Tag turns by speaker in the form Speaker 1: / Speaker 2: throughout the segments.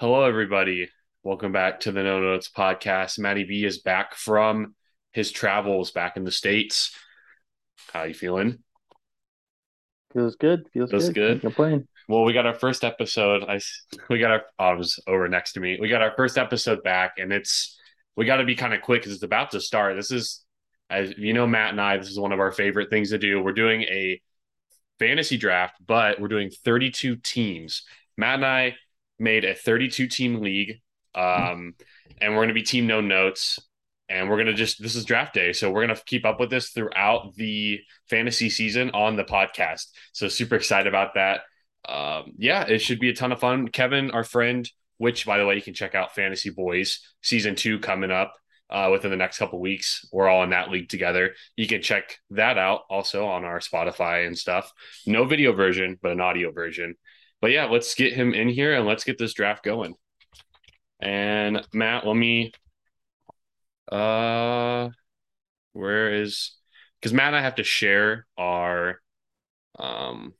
Speaker 1: Hello, everybody. Welcome back to the No Notes podcast. Matty B is back from his travels back in the States. How you feeling?
Speaker 2: Feels good. Feels,
Speaker 1: Feels
Speaker 2: good.
Speaker 1: good.
Speaker 2: Can't Complain.
Speaker 1: Well, we got our first episode. I s- we got our oh, it was over next to me. We got our first episode back, and it's we got to be kind of quick because it's about to start. This is, as you know, Matt and I. This is one of our favorite things to do. We're doing a fantasy draft, but we're doing 32 teams. Matt and I made a 32 team league, um, and we're going to be team no notes. And we're going to just, this is draft day. So we're going to keep up with this throughout the fantasy season on the podcast. So super excited about that. Um, yeah, it should be a ton of fun. Kevin, our friend, which by the way, you can check out Fantasy Boys season two coming up uh, within the next couple weeks. We're all in that league together. You can check that out also on our Spotify and stuff. No video version, but an audio version. But yeah, let's get him in here and let's get this draft going. And Matt, let me. Uh, where is? Because Matt and I have to share our, um,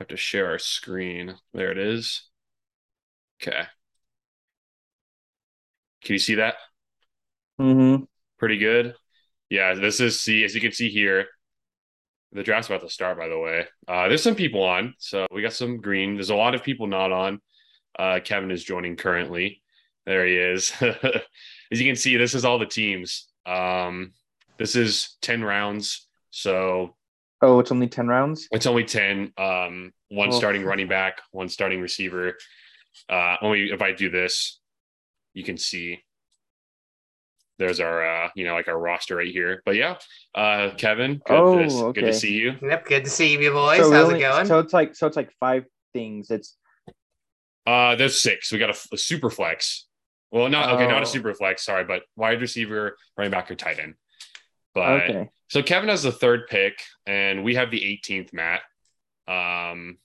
Speaker 1: have to share our screen. There it is. Okay. Can you see that?
Speaker 2: Mm-hmm.
Speaker 1: pretty good. Yeah, this is see as you can see here, the draft's about to start. By the way, uh, there's some people on, so we got some green. There's a lot of people not on. Uh, Kevin is joining currently. There he is. as you can see, this is all the teams. Um, this is ten rounds, so
Speaker 2: Oh, it's only ten rounds.
Speaker 1: it's only ten. Um, one
Speaker 2: Oh.
Speaker 1: starting running back, one starting receiver. Uh, only if I do this, you can see. There's our, uh, you know, like our roster right here. But yeah, uh, Kevin, good,
Speaker 2: Oh,
Speaker 1: to, good
Speaker 2: okay.
Speaker 1: to see you.
Speaker 3: Yep, good to see you, boys.
Speaker 2: we
Speaker 3: How's
Speaker 2: only-
Speaker 3: it going?
Speaker 2: So it's like so it's like five things. It's
Speaker 1: Uh, there's six. We got a, f- a super flex. Well, not okay, not
Speaker 2: Oh.
Speaker 1: a super flex. Sorry, but wide receiver, running back, or tight end. But
Speaker 2: okay.
Speaker 1: So Kevin has the third pick, and we have the 18th, Matt. Um,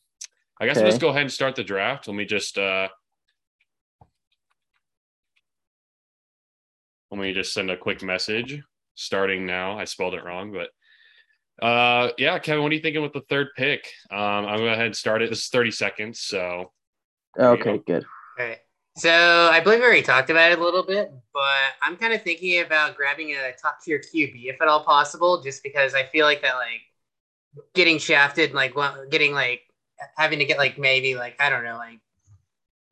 Speaker 1: I guess
Speaker 2: Okay.
Speaker 1: let's go ahead and start the draft. Let me just uh, let me just send a quick message. Starting now, I spelled it wrong, but uh, yeah, Kevin, what are you thinking with the third pick? Um, I'm gonna go ahead and start it. This is 30 seconds, so
Speaker 2: Okay, good.
Speaker 3: Okay. So I believe we already talked about it a little bit, but I'm kind of thinking about grabbing a top tier QB if at all possible, just because I feel like that like getting shafted, like well, getting like having to get like maybe like I don't know like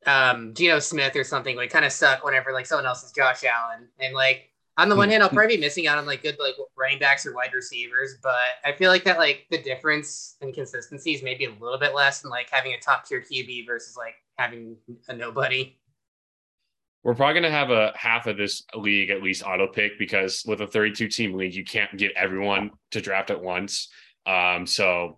Speaker 3: um Geno Smith or something would kind of suck whenever like someone else is Josh Allen and like. On the one hand, I'll probably be missing out on like good like running backs or wide receivers, but I feel like that like the difference in consistency is maybe a little bit less than like having a top tier QB versus like having a nobody.
Speaker 1: we're probably gonna have a half of this league at least auto pick because with a 32 team league, you can't get everyone to draft at once. Um, so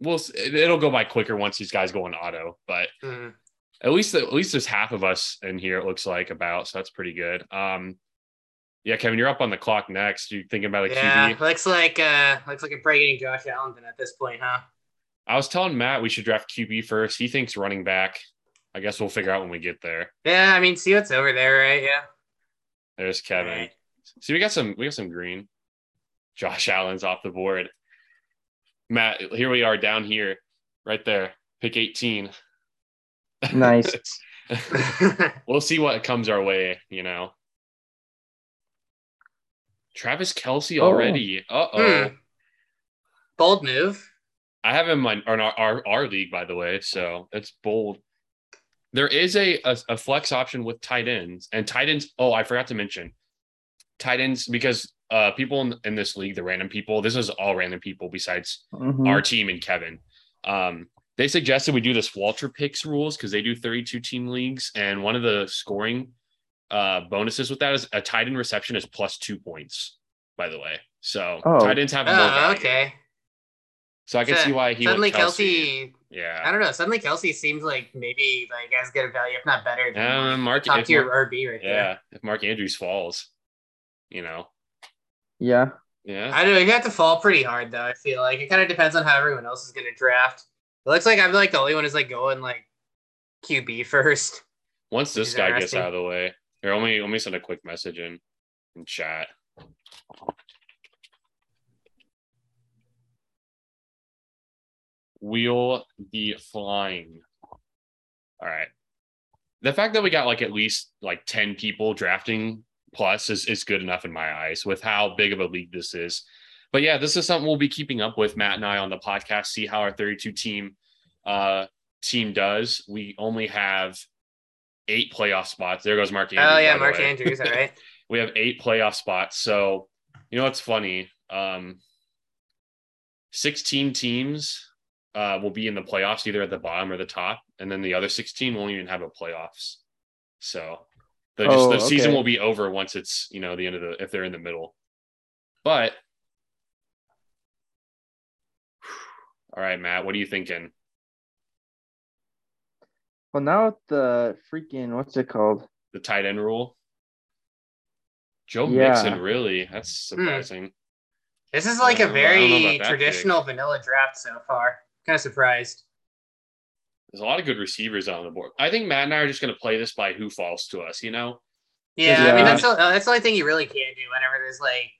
Speaker 1: we'll s- it- it'll go by quicker once these guys go on auto, but
Speaker 3: Mm.
Speaker 1: at least at least there's half of us in here. It looks like about so that's pretty good. Um, yeah, Kevin, you're up on the clock next. You thinking about a
Speaker 3: yeah,
Speaker 1: QB?
Speaker 3: looks like uh, looks like I'm probably getting Josh Allen then at this point, huh?
Speaker 1: I was telling Matt we should draft QB first. He thinks running back. I guess we'll figure out when we get there.
Speaker 3: Yeah, I mean, see what's over there, right? Yeah.
Speaker 1: There's Kevin.
Speaker 3: Right.
Speaker 1: See, we got some we got some green. Josh Allen's off the board. Matt, here we are down here, right there, pick 18.
Speaker 2: Nice.
Speaker 1: we'll see what comes our way, you know. Travis Kelsey
Speaker 2: Oh.
Speaker 1: already. Uh oh.
Speaker 3: Hmm. Bold move.
Speaker 1: I have him in my on our, our our league, by the way, so that's bold. There is a, a a flex option with tight ends and tight ends. Oh, I forgot to mention tight ends because uh people in, in this league, the random people, this is all random people besides
Speaker 2: Mhm.
Speaker 1: our team and Kevin. Um, they suggested we do this Walter picks rules because they do 32 team leagues, and one of the scoring uh, bonuses with that is a tight end reception is plus two points. By the way, so
Speaker 2: Oh.
Speaker 1: tight ends have more
Speaker 3: Oh,
Speaker 1: value.
Speaker 3: okay.
Speaker 1: So I can
Speaker 3: So
Speaker 1: see why he
Speaker 3: suddenly
Speaker 1: went Kelsey.
Speaker 3: Kelsey.
Speaker 1: Yeah,
Speaker 3: I don't know. Suddenly Kelsey seems like maybe like as good a value, if not better, than
Speaker 1: um, Mark.
Speaker 3: top
Speaker 1: If
Speaker 3: tier
Speaker 1: Mark
Speaker 3: RB right there.
Speaker 1: yeah, if Mark Andrews falls, you know,
Speaker 2: Yeah.
Speaker 1: yeah.
Speaker 3: I don't know. You have to fall pretty hard though. I feel like it kind of depends on how everyone else is going to draft. It looks like I'm like the only one who's like going like QB first.
Speaker 1: Once this
Speaker 3: He's
Speaker 1: guy gets
Speaker 3: interesting.
Speaker 1: out of the way, here, let me let me send a quick message in in chat. We'll be flying. All right. the fact that we got like at least like 10 people drafting plus is, is good enough in my eyes with how big of a league this is. But yeah, this is something we'll be keeping up with Matt and I on the podcast, see how our 32 team uh team does. We only have eight playoff spots. There goes Mark Andrews.
Speaker 3: oh
Speaker 1: by
Speaker 3: yeah,
Speaker 1: the
Speaker 3: Mark
Speaker 1: way.
Speaker 3: Andrews. All right.
Speaker 1: We have eight playoff spots. So you know what's funny? Um 16 teams uh, will be in the playoffs, either at the bottom or the top, and then the other 16 won't even have a playoffs. So the, just,
Speaker 2: Oh,
Speaker 1: the season
Speaker 2: okay.
Speaker 1: will be over once it's you know the end of the if they're in the middle. But all right, Matt, what are you thinking?
Speaker 2: Well, now with the freaking what's it called?
Speaker 1: The tight end rule. Joe
Speaker 2: Yeah.
Speaker 1: Mixon, really? That's surprising.
Speaker 3: This is like a
Speaker 1: Oh, I don't know- I don't know
Speaker 3: very
Speaker 1: about that
Speaker 3: traditional vanilla draft so far. Kind of surprised.
Speaker 1: There's a lot of good receivers on the board. I think Matt and I are just going to play this by who falls to us. You know,
Speaker 3: Yeah, I
Speaker 2: Yeah.
Speaker 3: mean that's the, uh, that's the only thing you really can do whenever there's like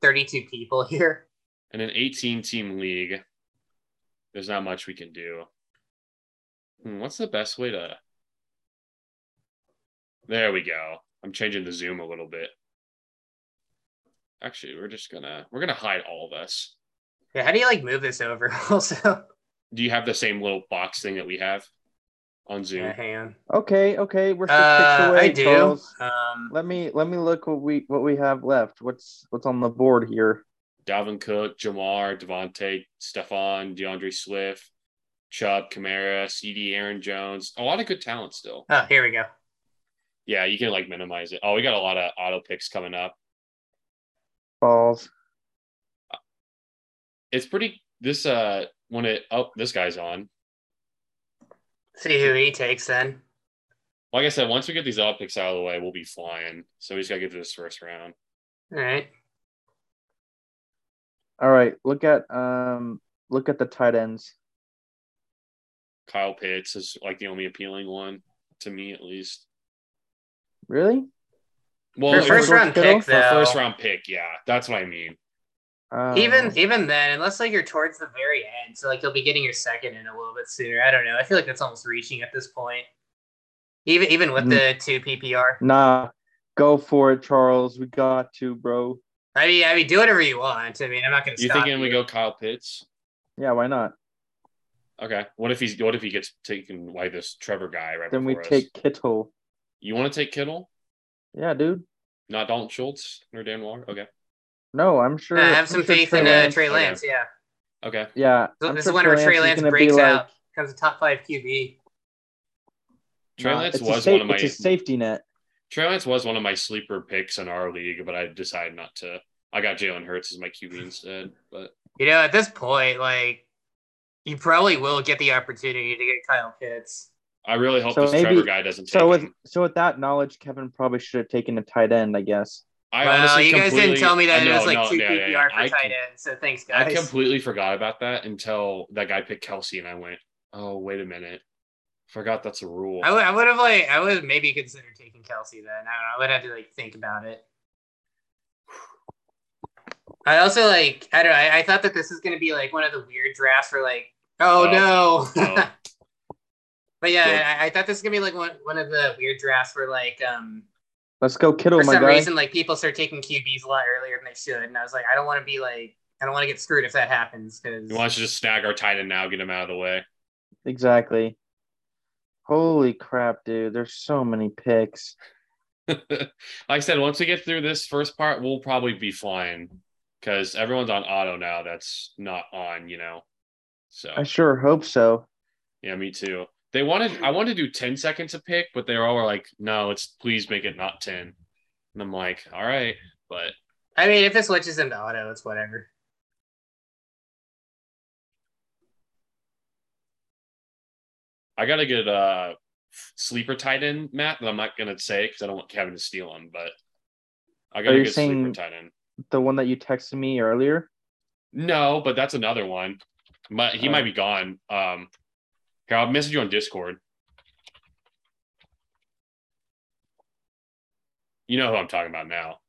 Speaker 3: 32 people here.
Speaker 1: in an 18 team league, there's not much we can do. Hmm, what's the best way to? There we go. I'm changing the zoom a little bit. Actually, we're just gonna we're gonna hide all of us.
Speaker 3: Yeah, how do you like move this over? Also,
Speaker 1: Do you have the same little box thing that we have on Zoom?
Speaker 3: yeah, hang on.
Speaker 2: Okay, okay, we're six
Speaker 3: Uh,
Speaker 2: picks away.
Speaker 3: I do.
Speaker 2: Charles.
Speaker 3: Um,
Speaker 2: Let me let me look what we what we have left. What's what's on the board here?
Speaker 1: Dalvin Cook, Jamar, Devontae, Stefan, DeAndre Swift, Chubb, Kamara, CD, Aaron Jones. A lot of good talent still.
Speaker 3: oh, here we go.
Speaker 1: Yeah, you can like minimize it. Oh, we got a lot of auto picks coming up.
Speaker 2: Balls.
Speaker 1: It's pretty. This uh, when it oh, this guy's on.
Speaker 3: See who he takes then.
Speaker 1: Like I said, once we get these auto picks out of the way, we'll be flying. So we just gotta get through this first round.
Speaker 3: All right.
Speaker 2: All right, look at um look at the tight ends.
Speaker 1: Kyle Pitts is like the only appealing one to me, at least.
Speaker 2: Really?
Speaker 1: Well,
Speaker 3: For
Speaker 1: if
Speaker 3: first
Speaker 1: we're-
Speaker 3: round
Speaker 2: Kittle?
Speaker 3: pick,
Speaker 1: for a
Speaker 3: though,
Speaker 1: first round pick, yeah, that's what I mean.
Speaker 2: Um,
Speaker 3: even even then, unless like you're towards the very end, so like you'll be getting your second in a little bit sooner. I don't know. I feel like that's almost reaching at this point. Even even
Speaker 1: Mm.
Speaker 3: with the two PPR,
Speaker 2: nah, go for it, Charles. We got to, bro.
Speaker 3: I mean, I mean, do whatever you want. I mean, I'm not gonna.
Speaker 1: You
Speaker 3: stop
Speaker 1: thinking we
Speaker 3: you.
Speaker 1: go Kyle Pitts?
Speaker 2: Yeah, why not?
Speaker 1: Okay. What if he's what if he gets taken by this Trevor guy right
Speaker 2: Then we
Speaker 1: before us?
Speaker 2: take Kittle.
Speaker 1: You want to take Kittle,
Speaker 2: Yeah, dude.
Speaker 1: not Dalton Schultz or Dan Waller? Okay.
Speaker 2: No, I'm sure.
Speaker 3: Uh,
Speaker 2: I'm
Speaker 3: have some
Speaker 2: sure
Speaker 3: faith
Speaker 2: Trey
Speaker 3: in uh,
Speaker 2: Lance-
Speaker 3: Trey
Speaker 1: Okay.
Speaker 3: Lance. Yeah,
Speaker 1: Okay.
Speaker 2: Yeah,
Speaker 3: So
Speaker 2: I'm
Speaker 3: this
Speaker 2: sure
Speaker 3: is whenever Trey
Speaker 2: is
Speaker 3: Lance
Speaker 2: gonna be
Speaker 3: breaks
Speaker 2: like,
Speaker 3: out, becomes a top five QB.
Speaker 1: Trey
Speaker 2: nah,
Speaker 1: Lance
Speaker 2: it's a
Speaker 1: was
Speaker 2: sa-
Speaker 1: one of my
Speaker 2: It's a safety net.
Speaker 1: Trey Lance was one of my sleeper picks in our league, but I decided not to. I got Jalen Hurts as my QB instead. But
Speaker 3: You know, at this point, like you probably will get the opportunity to get Kyle Pitts.
Speaker 1: I really hope
Speaker 2: So
Speaker 1: this
Speaker 2: maybe-
Speaker 1: Trevor guy doesn't take
Speaker 2: So with
Speaker 1: him.
Speaker 2: so with that knowledge, Kevin probably should have taken a tight end, I guess.
Speaker 1: I
Speaker 3: well,
Speaker 1: honestly
Speaker 3: you guys didn't
Speaker 1: completely-
Speaker 3: tell me that
Speaker 1: I
Speaker 3: it was
Speaker 1: know,
Speaker 3: like
Speaker 1: no,
Speaker 3: two
Speaker 1: yeah, yeah,
Speaker 3: PPR
Speaker 1: yeah.
Speaker 3: for
Speaker 1: I,
Speaker 3: tight end. So thanks,
Speaker 1: I
Speaker 3: guys.
Speaker 1: completely forgot about that until that guy picked Kelsey, and I went, "Oh, wait a minute, forgot that's a rule."
Speaker 3: I would, I would have like, I would maybe consider taking Kelsey then. I don't know. I would have to like think about it. I also like, I don't know. I, I thought that this is going to be like one of the weird drafts where like, oh,
Speaker 1: Oh,
Speaker 3: no.
Speaker 1: no.
Speaker 3: but yeah,
Speaker 1: Good.
Speaker 3: I, I thought this was going to be like one, one of the weird drafts where like, um,
Speaker 2: Let's go, Kittle,
Speaker 3: for
Speaker 2: Oh my
Speaker 3: some
Speaker 2: guy.
Speaker 3: reason, like people start taking QBs a lot earlier than they should. And I was like, I don't want to be like, I don't want to get screwed if that happens because
Speaker 1: Why don't you just snag our tight end now, get him out of the way?
Speaker 2: Exactly. Holy crap, dude! There's so many picks.
Speaker 1: like I said, once we get through this first part, we'll probably be flying because everyone's on auto now. That's not on, you know. So
Speaker 2: I sure hope so.
Speaker 1: yeah, me too. They wanted I wanted to do 10 seconds a pick, but they were all like, no, it's please make it not 10. And I'm like, all right, but
Speaker 3: I mean, if it switches into auto, it's whatever.
Speaker 1: I gotta get a sleeper tight end, Matt, that I'm not gonna say because I don't want Kevin to steal him, but I gotta
Speaker 2: you
Speaker 1: get a
Speaker 2: saying-
Speaker 1: sleeper tight end.
Speaker 2: The one that you texted me earlier.
Speaker 1: No, but that's another one. But he
Speaker 2: Oh.
Speaker 1: might be gone. Um here, I'll message you on Discord. You know who I'm talking about now.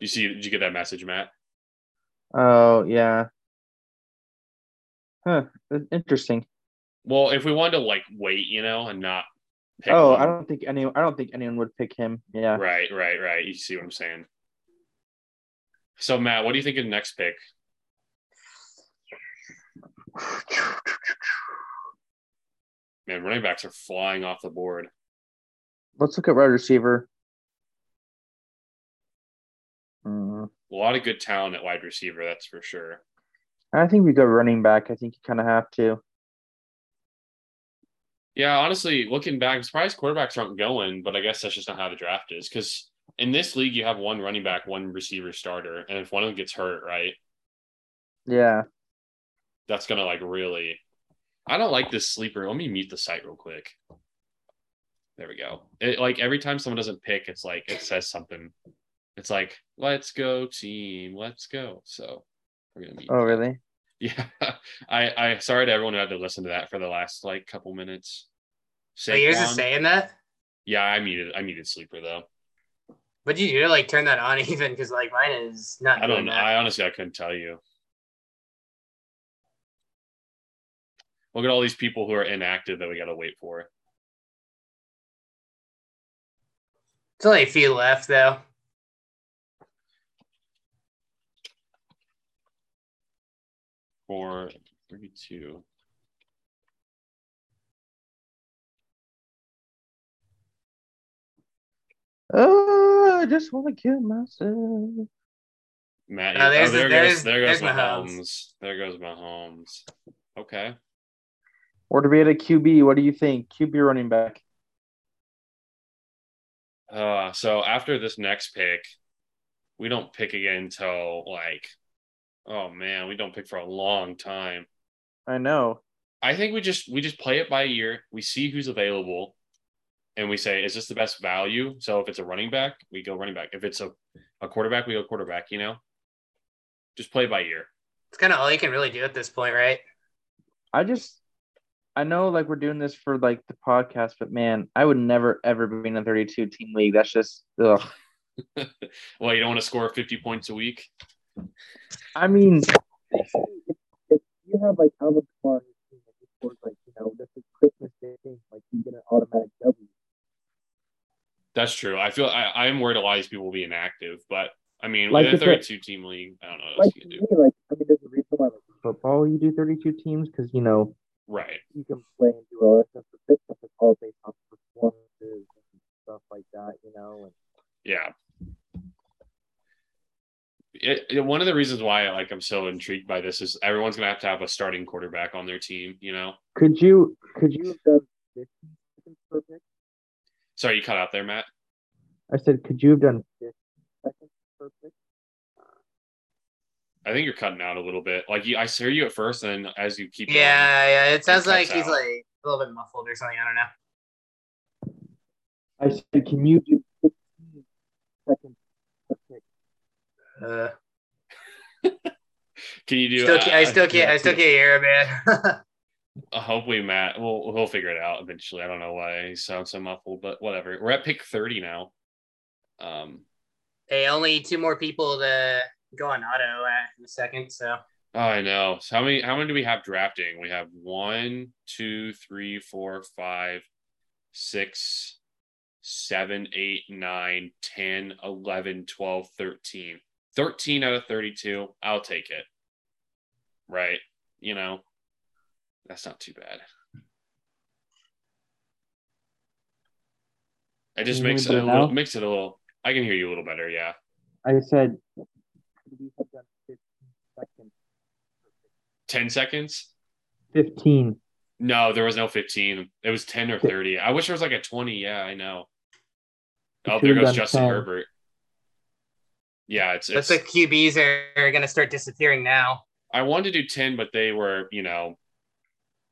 Speaker 1: You see, did you get that message, Matt?
Speaker 2: Oh yeah. Oh, Huh. that's Interesting.
Speaker 1: Well, if we wanted to like wait, you know, and not pick
Speaker 2: oh,
Speaker 1: one.
Speaker 2: I don't think anyone. I don't think anyone would pick him. Yeah.
Speaker 1: Right, right, right. You see what I'm saying. So Matt, what do you think of the next pick? Man, running backs are flying off the board.
Speaker 2: Let's look at wide receiver. Mm,
Speaker 1: A lot of good talent at wide receiver, that's for sure.
Speaker 2: I think we go running back. I think you kind of have to.
Speaker 1: Yeah, honestly, looking back, I'm surprised quarterbacks aren't going, but I guess that's just not how the draft is. Because in this league, you have one running back, one receiver starter, and if one of them gets hurt, right,
Speaker 2: Yeah.
Speaker 1: that's gonna like really. I don't like this sleeper. Let me mute the site real quick. There we go. It like every time someone doesn't pick, it's like it says something. It's like let's go team, let's go. So we're gonna mute.
Speaker 2: Oh, really?
Speaker 1: Yeah, I I sorry to everyone who had to listen to that for the last like couple minutes.
Speaker 3: Wait, yours is
Speaker 1: Saquon-
Speaker 3: saying that?
Speaker 1: Yeah, I muted. I muted sleeper though.
Speaker 3: What'd you do to like turn that on even? Because like mine is not
Speaker 1: I
Speaker 3: doing
Speaker 1: don't.
Speaker 3: that.
Speaker 1: I honestly I couldn't tell you. Look at all these people who are inactive that we got to wait for.
Speaker 3: It's only a few left though.
Speaker 1: Four, thirty-two.
Speaker 2: Oh, I just want to kill myself.
Speaker 1: Matt,
Speaker 3: Oh,
Speaker 1: oh,
Speaker 3: there's
Speaker 1: there
Speaker 3: the-
Speaker 1: goes
Speaker 3: there's-
Speaker 1: there goes
Speaker 3: there's
Speaker 1: Mahomes.
Speaker 3: Mahomes.
Speaker 1: There goes Mahomes. Okay,
Speaker 2: Or to be at a QB, what do you think? QB or running back?
Speaker 1: uh, so after this next pick, we don't pick again until like, oh man, we don't pick for a long time.
Speaker 2: I know.
Speaker 1: I think we just we just play it by ear. We see who's available, and we say, is this the best value? So if it's a running back, we go running back. If it's a, a quarterback, we go quarterback. You know, just play by ear.
Speaker 3: It's kind of all you can really do at this point, right?
Speaker 2: I just, I know like we're doing this for like the podcast, but man, I would never ever be in a 32 team league. That's just, ugh.
Speaker 1: Well, you don't want to score fifty points a week.
Speaker 2: I mean, if you have like Alvin Kamara, who scores like, you know, this is Christmas Day thing, like you get an automatic W.
Speaker 1: That's true. I feel I, I'm worried a lot of these people will be inactive, but I mean,
Speaker 2: Like
Speaker 1: with a
Speaker 2: if it-
Speaker 1: 32 team league, I don't know what
Speaker 2: Like,
Speaker 1: else you
Speaker 2: to
Speaker 1: can
Speaker 2: me,
Speaker 1: do.
Speaker 2: like, I mean, there's a reason why like, in football you do 32 teams because, you know,
Speaker 1: Right.
Speaker 2: you can play and do all that stuff, but this stuff is all based off performances and stuff like that, you know. And
Speaker 1: Yeah. It, it- one of the reasons why like I'm so intrigued by this is everyone's gonna have to have a starting quarterback on their team. You know.
Speaker 2: could you, could you have done 15 seconds per pick?
Speaker 1: Sorry, you cut out there, Matt.
Speaker 2: I said, could you have done 15 seconds per pick?
Speaker 1: I think you're cutting out a little bit. Like you, I hear you at first, and as you keep, going-
Speaker 3: Yeah, yeah. It sounds
Speaker 1: cuts
Speaker 3: like he's
Speaker 1: out.
Speaker 3: like a little bit muffled or something. I don't know.
Speaker 2: I said, can you do 15 seconds per pick?
Speaker 3: Uh,
Speaker 1: can you do?
Speaker 3: still,
Speaker 1: uh,
Speaker 3: can't, I still can't. I
Speaker 1: yeah,
Speaker 3: still can't hear it, man.
Speaker 1: uh, Hopefully, Matt. We'll he'll figure it out eventually. I don't know why he sounds so muffled, but whatever. We're at pick 30 now. Um.
Speaker 3: hey, only two more people to go on auto at in a second. So
Speaker 1: Oh, I know. So how many how many do we have drafting? We have one, two, three, four, five, six, seven, eight, nine, 10, 11, 12, 13. 13 out of 32. I'll take it. Right. You know, that's not too bad. It just
Speaker 2: Can you
Speaker 1: makes it
Speaker 2: hear
Speaker 1: a
Speaker 2: me better
Speaker 1: little
Speaker 2: now?
Speaker 1: makes it a little I can hear you a little better, yeah.
Speaker 2: I said, could we have done 15 seconds?
Speaker 1: Ten seconds.
Speaker 2: 15.
Speaker 1: No, there was no 15. It was 10 or 30. I wish there was like a 20. Yeah, I know.
Speaker 2: You
Speaker 1: Oh, there
Speaker 2: should've
Speaker 1: goes
Speaker 2: done
Speaker 1: Justin
Speaker 2: 10.
Speaker 1: Herbert. Yeah, it's,
Speaker 3: looks
Speaker 1: it's
Speaker 3: like QBs are, are going to start disappearing now.
Speaker 1: I wanted to do 10, but they were, you know,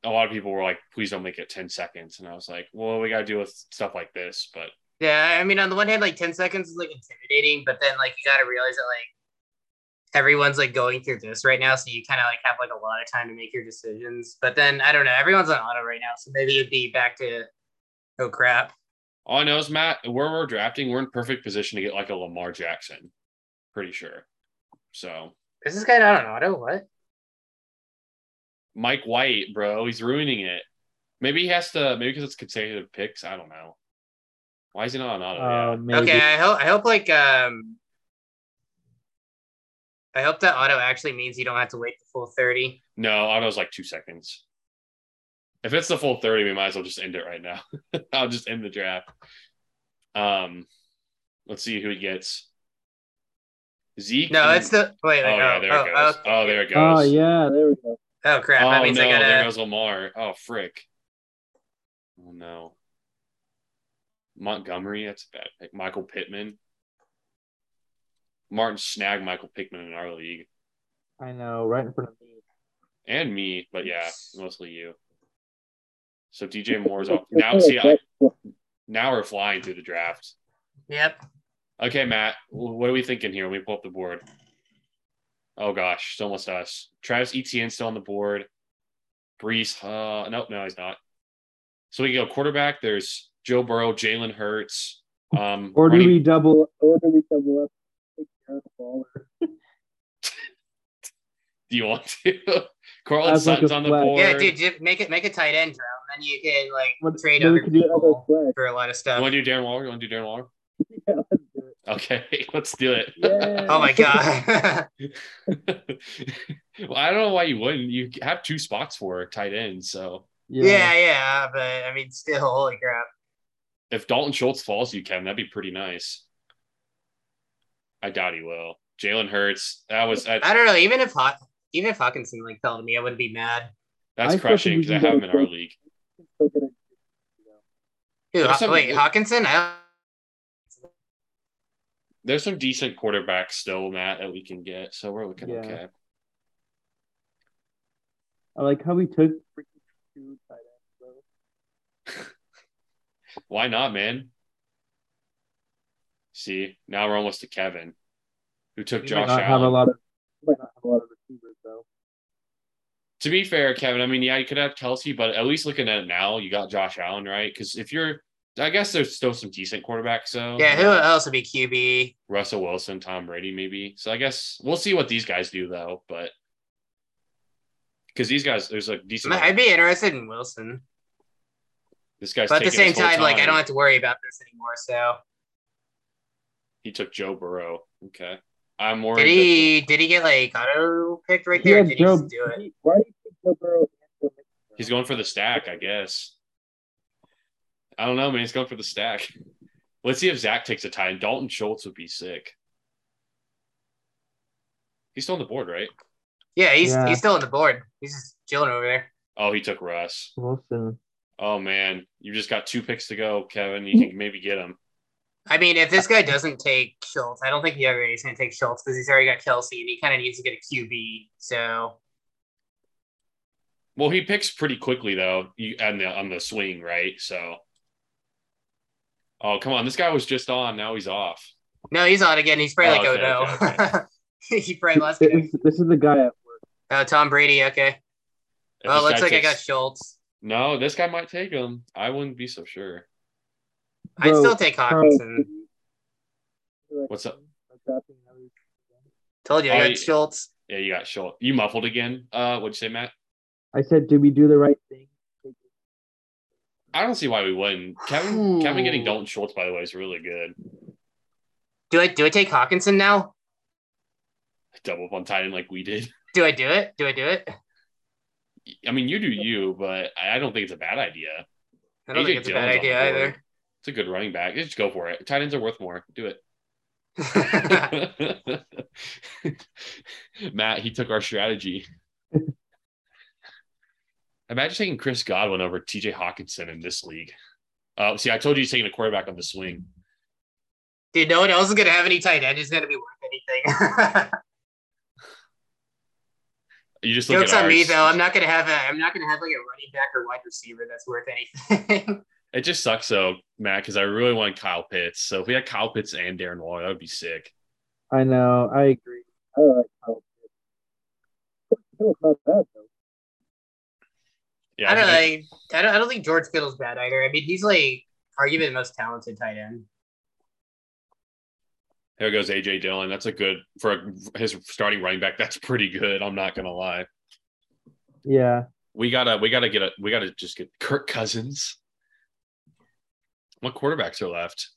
Speaker 1: a lot of people were like, please don't make it 10 seconds. And I was like, well, we got to deal with stuff like this. But
Speaker 3: Yeah, I mean, on the one hand, like ten seconds is like intimidating, but then like you got to realize that like everyone's like going through this right now, so you kind of like have like a lot of time to make your decisions. But then I don't know, everyone's on auto right now, so maybe it'd be back to oh crap.
Speaker 1: all I know is, Matt, where we're drafting, we're in perfect position to get like a Lamar Jackson. Pretty sure. So
Speaker 3: Is this guy not on auto? What?
Speaker 1: Mike White, bro. He's ruining it. Maybe he has to. Maybe because it's consecutive picks. I don't know. Why is he not on auto?
Speaker 2: Uh,
Speaker 1: Oh, yeah.
Speaker 2: maybe.
Speaker 3: Okay, I hope I hope like um I hope that auto actually means you don't have to wait the full 30.
Speaker 1: No, auto's like two seconds. If it's the full thirty, we might as well just end it right now. I'll just end the draft. Um, let's see who it gets. Zeke.
Speaker 3: No,
Speaker 1: and-
Speaker 3: it's the wait,
Speaker 1: Oh
Speaker 3: like,
Speaker 1: yeah,
Speaker 3: oh,
Speaker 1: there
Speaker 3: oh,
Speaker 1: it goes.
Speaker 3: oh,
Speaker 1: Oh, there it goes.
Speaker 2: Oh yeah, there we go.
Speaker 3: oh, crap.
Speaker 1: Oh
Speaker 3: that means
Speaker 1: no,
Speaker 3: I gotta
Speaker 1: there goes Lamar. Oh frick. Oh no. Montgomery, that's a bad pick. Michael Pittman. Martin snagged Michael Pittman in our league.
Speaker 2: I know, right in front of me.
Speaker 1: And me, but yeah, mostly you. So DJ Moore's off. Now see I, now we're flying through the draft.
Speaker 3: Yep.
Speaker 1: Okay, Matt, wh- what are we thinking here? Let me pull up the board. Oh gosh, it's almost us. Travis Etienne still on the board. Brees, uh, nope, no, he's not. So we can go quarterback. There's Joe Burrow, Jalen Hurts. Um,
Speaker 2: or do
Speaker 1: running-
Speaker 2: we double? Or do we double up? Take Darren Waller.
Speaker 1: do you want to? Cortland
Speaker 2: That's like
Speaker 1: Sutton's
Speaker 2: a
Speaker 1: on the
Speaker 2: flag.
Speaker 1: board.
Speaker 3: Yeah, dude, just make it make a tight end drill, and then you can like
Speaker 2: What-
Speaker 3: trade
Speaker 2: Maybe
Speaker 3: other
Speaker 2: we could do other
Speaker 3: people
Speaker 2: flex.
Speaker 3: for a lot of
Speaker 1: You
Speaker 3: stuff.
Speaker 1: want to do Darren Waller? You want to do Darren Waller?
Speaker 2: Yeah, let's do it.
Speaker 1: Okay, let's do it.
Speaker 2: Yeah.
Speaker 3: Oh my god.
Speaker 1: well, I don't know why you wouldn't. You have two spots for tight end, so.
Speaker 2: Yeah.
Speaker 3: yeah, yeah, but I mean still holy crap.
Speaker 1: if Dalton Schultz falls, you can. That'd be pretty nice. I doubt he will. Jalen Hurts. That was that's,
Speaker 3: I don't know, even if Hot even if Hawkinson like fell to me, I wouldn't be mad.
Speaker 1: that's
Speaker 2: I still
Speaker 1: crushing
Speaker 2: think
Speaker 1: because I
Speaker 2: we
Speaker 1: have
Speaker 2: can
Speaker 1: him
Speaker 2: go
Speaker 1: in our
Speaker 2: with-
Speaker 1: league.
Speaker 2: Still gonna-
Speaker 3: Dude,
Speaker 1: There's
Speaker 3: Haw-
Speaker 1: some-
Speaker 3: wait, Hawkinson? I don't
Speaker 1: There's some decent quarterbacks still, Matt, that we can get. So we're looking
Speaker 2: Yeah.
Speaker 1: okay.
Speaker 2: I like how we took freaking two tight ends. Bro.
Speaker 1: Why not, man? See, now we're almost to Kevin, who took
Speaker 2: We
Speaker 1: Josh
Speaker 2: might not have a
Speaker 1: Allen.
Speaker 2: lot of. we Might not have a lot of receivers though.
Speaker 1: to be fair, Kevin, I mean, yeah, you could have Kelsey, but at least looking at it now, you got Josh Allen, right? Because if you're, I guess there's still some decent quarterbacks, though.
Speaker 3: Yeah, who else would be QB?
Speaker 1: Russell Wilson, Tom Brady, maybe. So I guess we'll see what these guys do though, but because these guys, there's a decent.
Speaker 3: I'd be interested in Wilson,
Speaker 1: this guy's
Speaker 3: but at the
Speaker 1: taking
Speaker 3: same
Speaker 1: his whole
Speaker 3: time, like I don't have to worry about this anymore. So
Speaker 1: He took Joe Burrow. Okay, I'm worried.
Speaker 3: did he? Did he get like auto picked right
Speaker 2: He
Speaker 3: there? or
Speaker 2: had
Speaker 3: Did he
Speaker 2: Joe-
Speaker 3: just do it?
Speaker 2: he- Why do you think Joe Burrow? and Joe Mixon?
Speaker 1: that he's going for the stack, I guess. I don't know, man. He's going for the stack. Let's see if Zach takes a tie. And Dalton Schultz would be sick. He's still on the board, right?
Speaker 3: Yeah, he's
Speaker 2: Yeah.
Speaker 3: he's still on the board. He's just chilling over there.
Speaker 1: Oh, he took Russ.
Speaker 2: Wilson.
Speaker 1: Oh man, you just got two picks to go, Kevin. You can maybe get him.
Speaker 3: I mean, if this guy doesn't take Schultz, I don't think the other is going to take Schultz because he's already got Kelsey and he kind of needs to get a QB. So
Speaker 1: Well, he picks pretty quickly though, you on the on the swing, right? So Oh come on, this guy was just on, now he's off.
Speaker 3: no, he's on again. He's probably like,
Speaker 1: Oh, okay,
Speaker 3: oh no,
Speaker 1: okay,
Speaker 3: he probably lost.
Speaker 2: This, this is the guy at work.
Speaker 3: Oh, Tom Brady. Okay.
Speaker 1: If
Speaker 3: Well,
Speaker 1: this
Speaker 3: looks
Speaker 1: guy
Speaker 3: like I got
Speaker 1: takes-
Speaker 3: Schultz.
Speaker 1: No, this guy might take him. I wouldn't be so sure.
Speaker 3: I'd
Speaker 2: Bro,
Speaker 3: still take
Speaker 2: Bro,
Speaker 3: Hawkinson.
Speaker 2: can you-
Speaker 1: What's up?
Speaker 2: I'm dropping another-
Speaker 3: Told you, I
Speaker 1: Oh,
Speaker 3: got
Speaker 1: yeah.
Speaker 3: Schultz.
Speaker 1: Yeah, you got Schultz. You muffled again. Uh what'd you say, Matt?
Speaker 2: I said, did we do the right thing?
Speaker 1: I don't see why we wouldn't. Kevin Kevin getting
Speaker 3: Ooh.
Speaker 1: Dalton Schultz, by the way, is really good.
Speaker 3: Do I do I take Hawkinson now?
Speaker 1: Double up on tight end like we did.
Speaker 3: Do I do it? Do I do it?
Speaker 1: I mean you do you, but I I don't think it's a bad idea.
Speaker 3: I don't
Speaker 1: AJ
Speaker 3: think it's a bad
Speaker 1: Dillon's on
Speaker 3: idea
Speaker 1: the board.
Speaker 3: either.
Speaker 1: It's a good running back. Just go for it. Tight ends are worth more. Do it. Matt, he took our strategy. Imagine taking Chris Godwin over TJ Hawkinson in this league. Uh, see, I told you he's taking a quarterback on the swing.
Speaker 3: Dude, no one else is gonna have any tight end. It's gonna be worth anything.
Speaker 1: You just look
Speaker 3: Jokes
Speaker 1: at
Speaker 3: on me
Speaker 1: ours.
Speaker 3: though. I'm not gonna have a. I'm not gonna have like a running back or wide receiver that's worth anything.
Speaker 1: It just sucks though, Matt, because I really wanted Kyle Pitts. So if we had Kyle Pitts and Darren Waller, that would be sick.
Speaker 2: I know. I agree. I like Kyle Pitts. Pitts not bad though.
Speaker 1: Yeah,
Speaker 3: I don't know. Like, I don't. I don't think George Kittle's bad either. I mean, he's like arguably the most talented tight end.
Speaker 1: There goes AJ Dillon. That's a good for his starting running back. That's pretty good. I'm not gonna lie.
Speaker 4: Yeah.
Speaker 1: We gotta we gotta get a we gotta just get Kirk Cousins. What quarterbacks are left?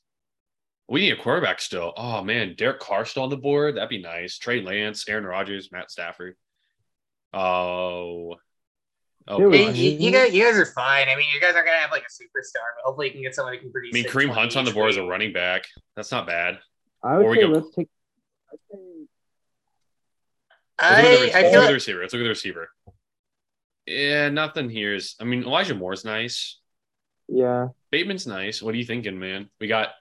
Speaker 1: We need a quarterback still. Oh man, Derek Carr still on the board. That'd be nice. Trey Lance, Aaron Rodgers, Matt Stafford. Oh, oh,
Speaker 4: Dude,
Speaker 1: gosh.
Speaker 3: Hey, you, you guys, you guys are fine. I mean, you guys aren't gonna have like a superstar, but hopefully you can get someone who can
Speaker 1: I
Speaker 3: produce.
Speaker 1: mean,
Speaker 3: like,
Speaker 1: Kareem
Speaker 3: 20
Speaker 1: Hunt's on the
Speaker 3: each
Speaker 1: board as a
Speaker 3: week.
Speaker 1: running back. That's not bad.
Speaker 4: I would
Speaker 1: Or we
Speaker 4: say
Speaker 1: go-
Speaker 4: let's take. I'd say
Speaker 1: Let's look at the
Speaker 3: I,
Speaker 1: rec-
Speaker 3: I
Speaker 1: let's
Speaker 3: feel
Speaker 1: look at the
Speaker 3: like,
Speaker 1: receiver. Let's look at the receiver. Yeah, nothing here is. I mean, Elijah Moore's nice.
Speaker 4: yeah.
Speaker 1: Bateman's nice. What are you thinking, man? We got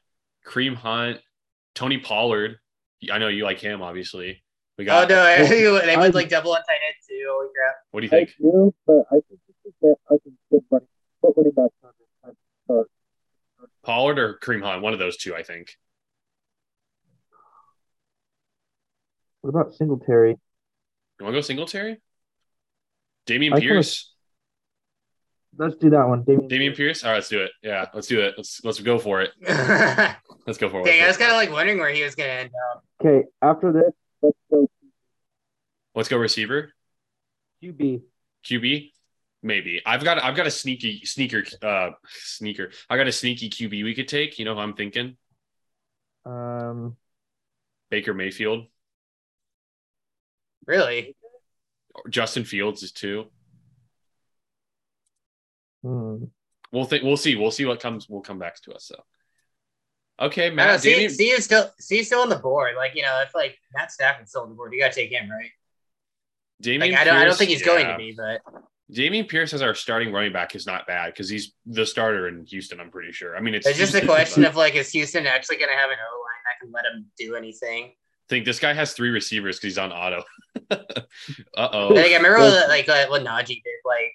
Speaker 1: Cream Hunt, Tony Pollard. I know you like him, obviously. We
Speaker 3: oh
Speaker 1: got.
Speaker 3: no, I, they
Speaker 4: I-
Speaker 3: would like double on tight end too. Holy crap!
Speaker 1: What do you
Speaker 2: I
Speaker 1: think?
Speaker 2: do, but I think this is that I can get running. What running back on this time to start?
Speaker 1: Pollard or Cream Hunt? One of those two, I think.
Speaker 4: What about Singletary?
Speaker 1: You want to go Singletary? Damian
Speaker 4: I kinda-
Speaker 1: Pierce.
Speaker 4: Let's do that one. Damian.
Speaker 1: Damian Pierce. All right, let's do it. Yeah, let's do it. Let's let's go for it.
Speaker 3: Dang,
Speaker 1: Let's go for it.
Speaker 3: I was kind of like wondering where he was gonna end up.
Speaker 4: Okay. After this,
Speaker 2: Let's go.
Speaker 1: Let's go receiver.
Speaker 4: QB.
Speaker 1: QB? Maybe. I've got I've got a sneaky sneaker uh sneaker. I got a sneaky QB we could take. You know who I'm thinking?
Speaker 4: Um.
Speaker 1: Baker Mayfield.
Speaker 3: Really?
Speaker 1: Justin Fields is two.
Speaker 4: hmm.
Speaker 1: We'll think we'll see. We'll see what comes will come back to us. So okay,
Speaker 3: I don't know,
Speaker 1: Matt.
Speaker 3: see,
Speaker 1: Damian-
Speaker 3: see you still, see you still on the board. Like you know, if like Matt Stafford's still on the board, you gotta take him, right?
Speaker 1: Damian
Speaker 3: Like I don't, I don't
Speaker 1: Pierce,
Speaker 3: think he's going
Speaker 1: yeah.
Speaker 3: to be, but
Speaker 1: Damian Pierce as our starting running back is not bad because he's the starter in Houston, I'm pretty sure. I mean it's
Speaker 3: it's just a
Speaker 1: Houston,
Speaker 3: question
Speaker 1: but
Speaker 3: of like, is Houston actually gonna have an O line that can let him do anything?
Speaker 1: I think this guy has three receivers because he's on auto. uh
Speaker 3: Like
Speaker 1: oh.
Speaker 3: I remember
Speaker 4: Well-
Speaker 3: what, like uh, what Najee did like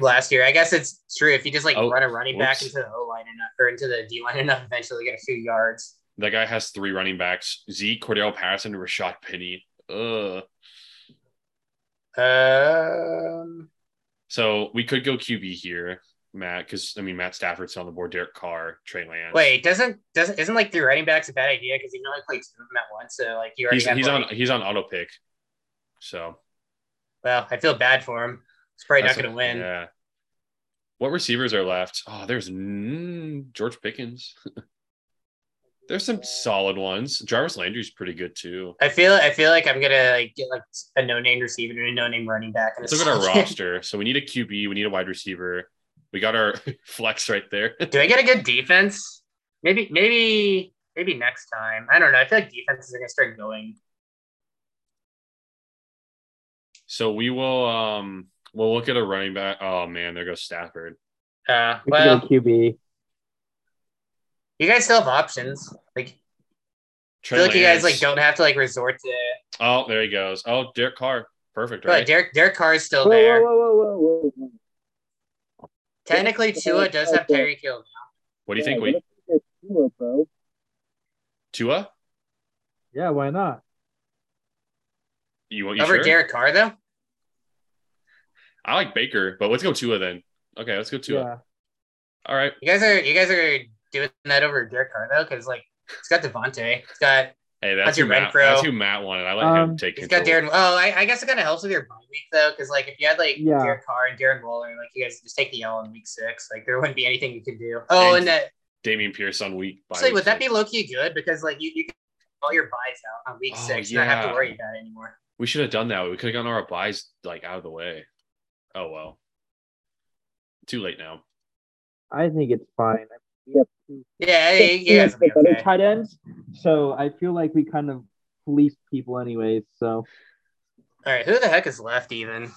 Speaker 3: last year. I guess it's true. If you just like
Speaker 1: Oh,
Speaker 3: run a running back
Speaker 1: whoops.
Speaker 3: into the O line enough or into the D line enough, eventually you get a few yards.
Speaker 1: That guy has three running backs. Zeke, Cordell Patterson, and Rashad Penny. Ugh.
Speaker 3: Um,
Speaker 1: So we could go QB here, Matt, because I mean Matt Stafford's on the board, Derek Carr, Trey Lance.
Speaker 3: wait, doesn't doesn't isn't like three running backs a bad idea because you can only play two of them at once. So like you already
Speaker 1: he's
Speaker 3: have
Speaker 1: he's
Speaker 3: like,
Speaker 1: on he's on auto pick. So
Speaker 3: Well, I feel bad for him. He's probably
Speaker 1: that's
Speaker 3: not going to
Speaker 1: a-
Speaker 3: win.
Speaker 1: Yeah. What receivers are left? Oh, there's mm, George Pickens. there's some solid ones. Jarvis Landry's pretty good too.
Speaker 3: I feel I feel like I'm gonna like get like a no name receiver and a no name running back. And
Speaker 1: Let's look at our roster. So we need a QB. We need a wide receiver. We got our flex right there.
Speaker 3: Do I get a good defense? Maybe maybe maybe next time. I don't know. I feel like defenses are gonna start going.
Speaker 1: So we will um we'll look at a running back. Oh man, there goes Stafford.
Speaker 3: Uh,
Speaker 4: We could
Speaker 3: well,
Speaker 4: go QB.
Speaker 3: you guys still have options. Like, I
Speaker 1: Trey
Speaker 3: feel like you guys
Speaker 1: Lance.
Speaker 3: like don't have to like resort to.
Speaker 1: Oh, there he goes. Oh, Derek Carr. Perfect,
Speaker 3: But
Speaker 1: right?
Speaker 3: Derek Derek Carr is still
Speaker 2: Whoa, whoa,
Speaker 3: there.
Speaker 2: whoa, whoa, whoa, whoa.
Speaker 3: Technically, Tua does have Tyreek Hill.
Speaker 1: what do you think?
Speaker 2: Yeah,
Speaker 1: We
Speaker 2: what if we get Tua, bro?
Speaker 1: Tua?
Speaker 4: Yeah. Why not?
Speaker 1: You want you
Speaker 3: Over
Speaker 1: sure?
Speaker 3: Derek Carr though.
Speaker 1: I like Baker, but let's go Tua then. Okay, let's go Tua.
Speaker 4: Yeah.
Speaker 1: All right.
Speaker 3: You guys are you guys are doing that over Derek Carr though, because like it's got Devontae, it's got
Speaker 1: Hey, that's
Speaker 3: That's
Speaker 1: who
Speaker 3: your
Speaker 1: Matt.
Speaker 3: Renfro.
Speaker 1: That's who Matt wanted. I let him
Speaker 4: Um,
Speaker 1: take
Speaker 3: He's
Speaker 1: control.
Speaker 3: got Darren. Oh, I, I guess it kind of helps with your bye week though, because like if you had like
Speaker 4: Yeah.
Speaker 3: Derek Carr and Darren Waller, like you guys just take the L in week six, like there wouldn't be anything you could do. Oh,
Speaker 1: And-
Speaker 3: and, that
Speaker 1: Damian Pierce on week. bye
Speaker 3: actually
Speaker 1: week
Speaker 3: would that be
Speaker 1: six.
Speaker 3: low key good because like you you can all your buys out on week
Speaker 1: Oh,
Speaker 3: six, and not have
Speaker 1: yeah.
Speaker 3: to worry about it anymore.
Speaker 1: We should have done that. We could have gotten our buys like out of the way. Oh well. Too late now.
Speaker 4: I think it's fine.
Speaker 3: Yeah, yeah, you guys will be
Speaker 4: Other
Speaker 3: okay.
Speaker 4: tight ends. So I feel like we kind of fleece people, anyways. So
Speaker 3: All right, who the heck is left even?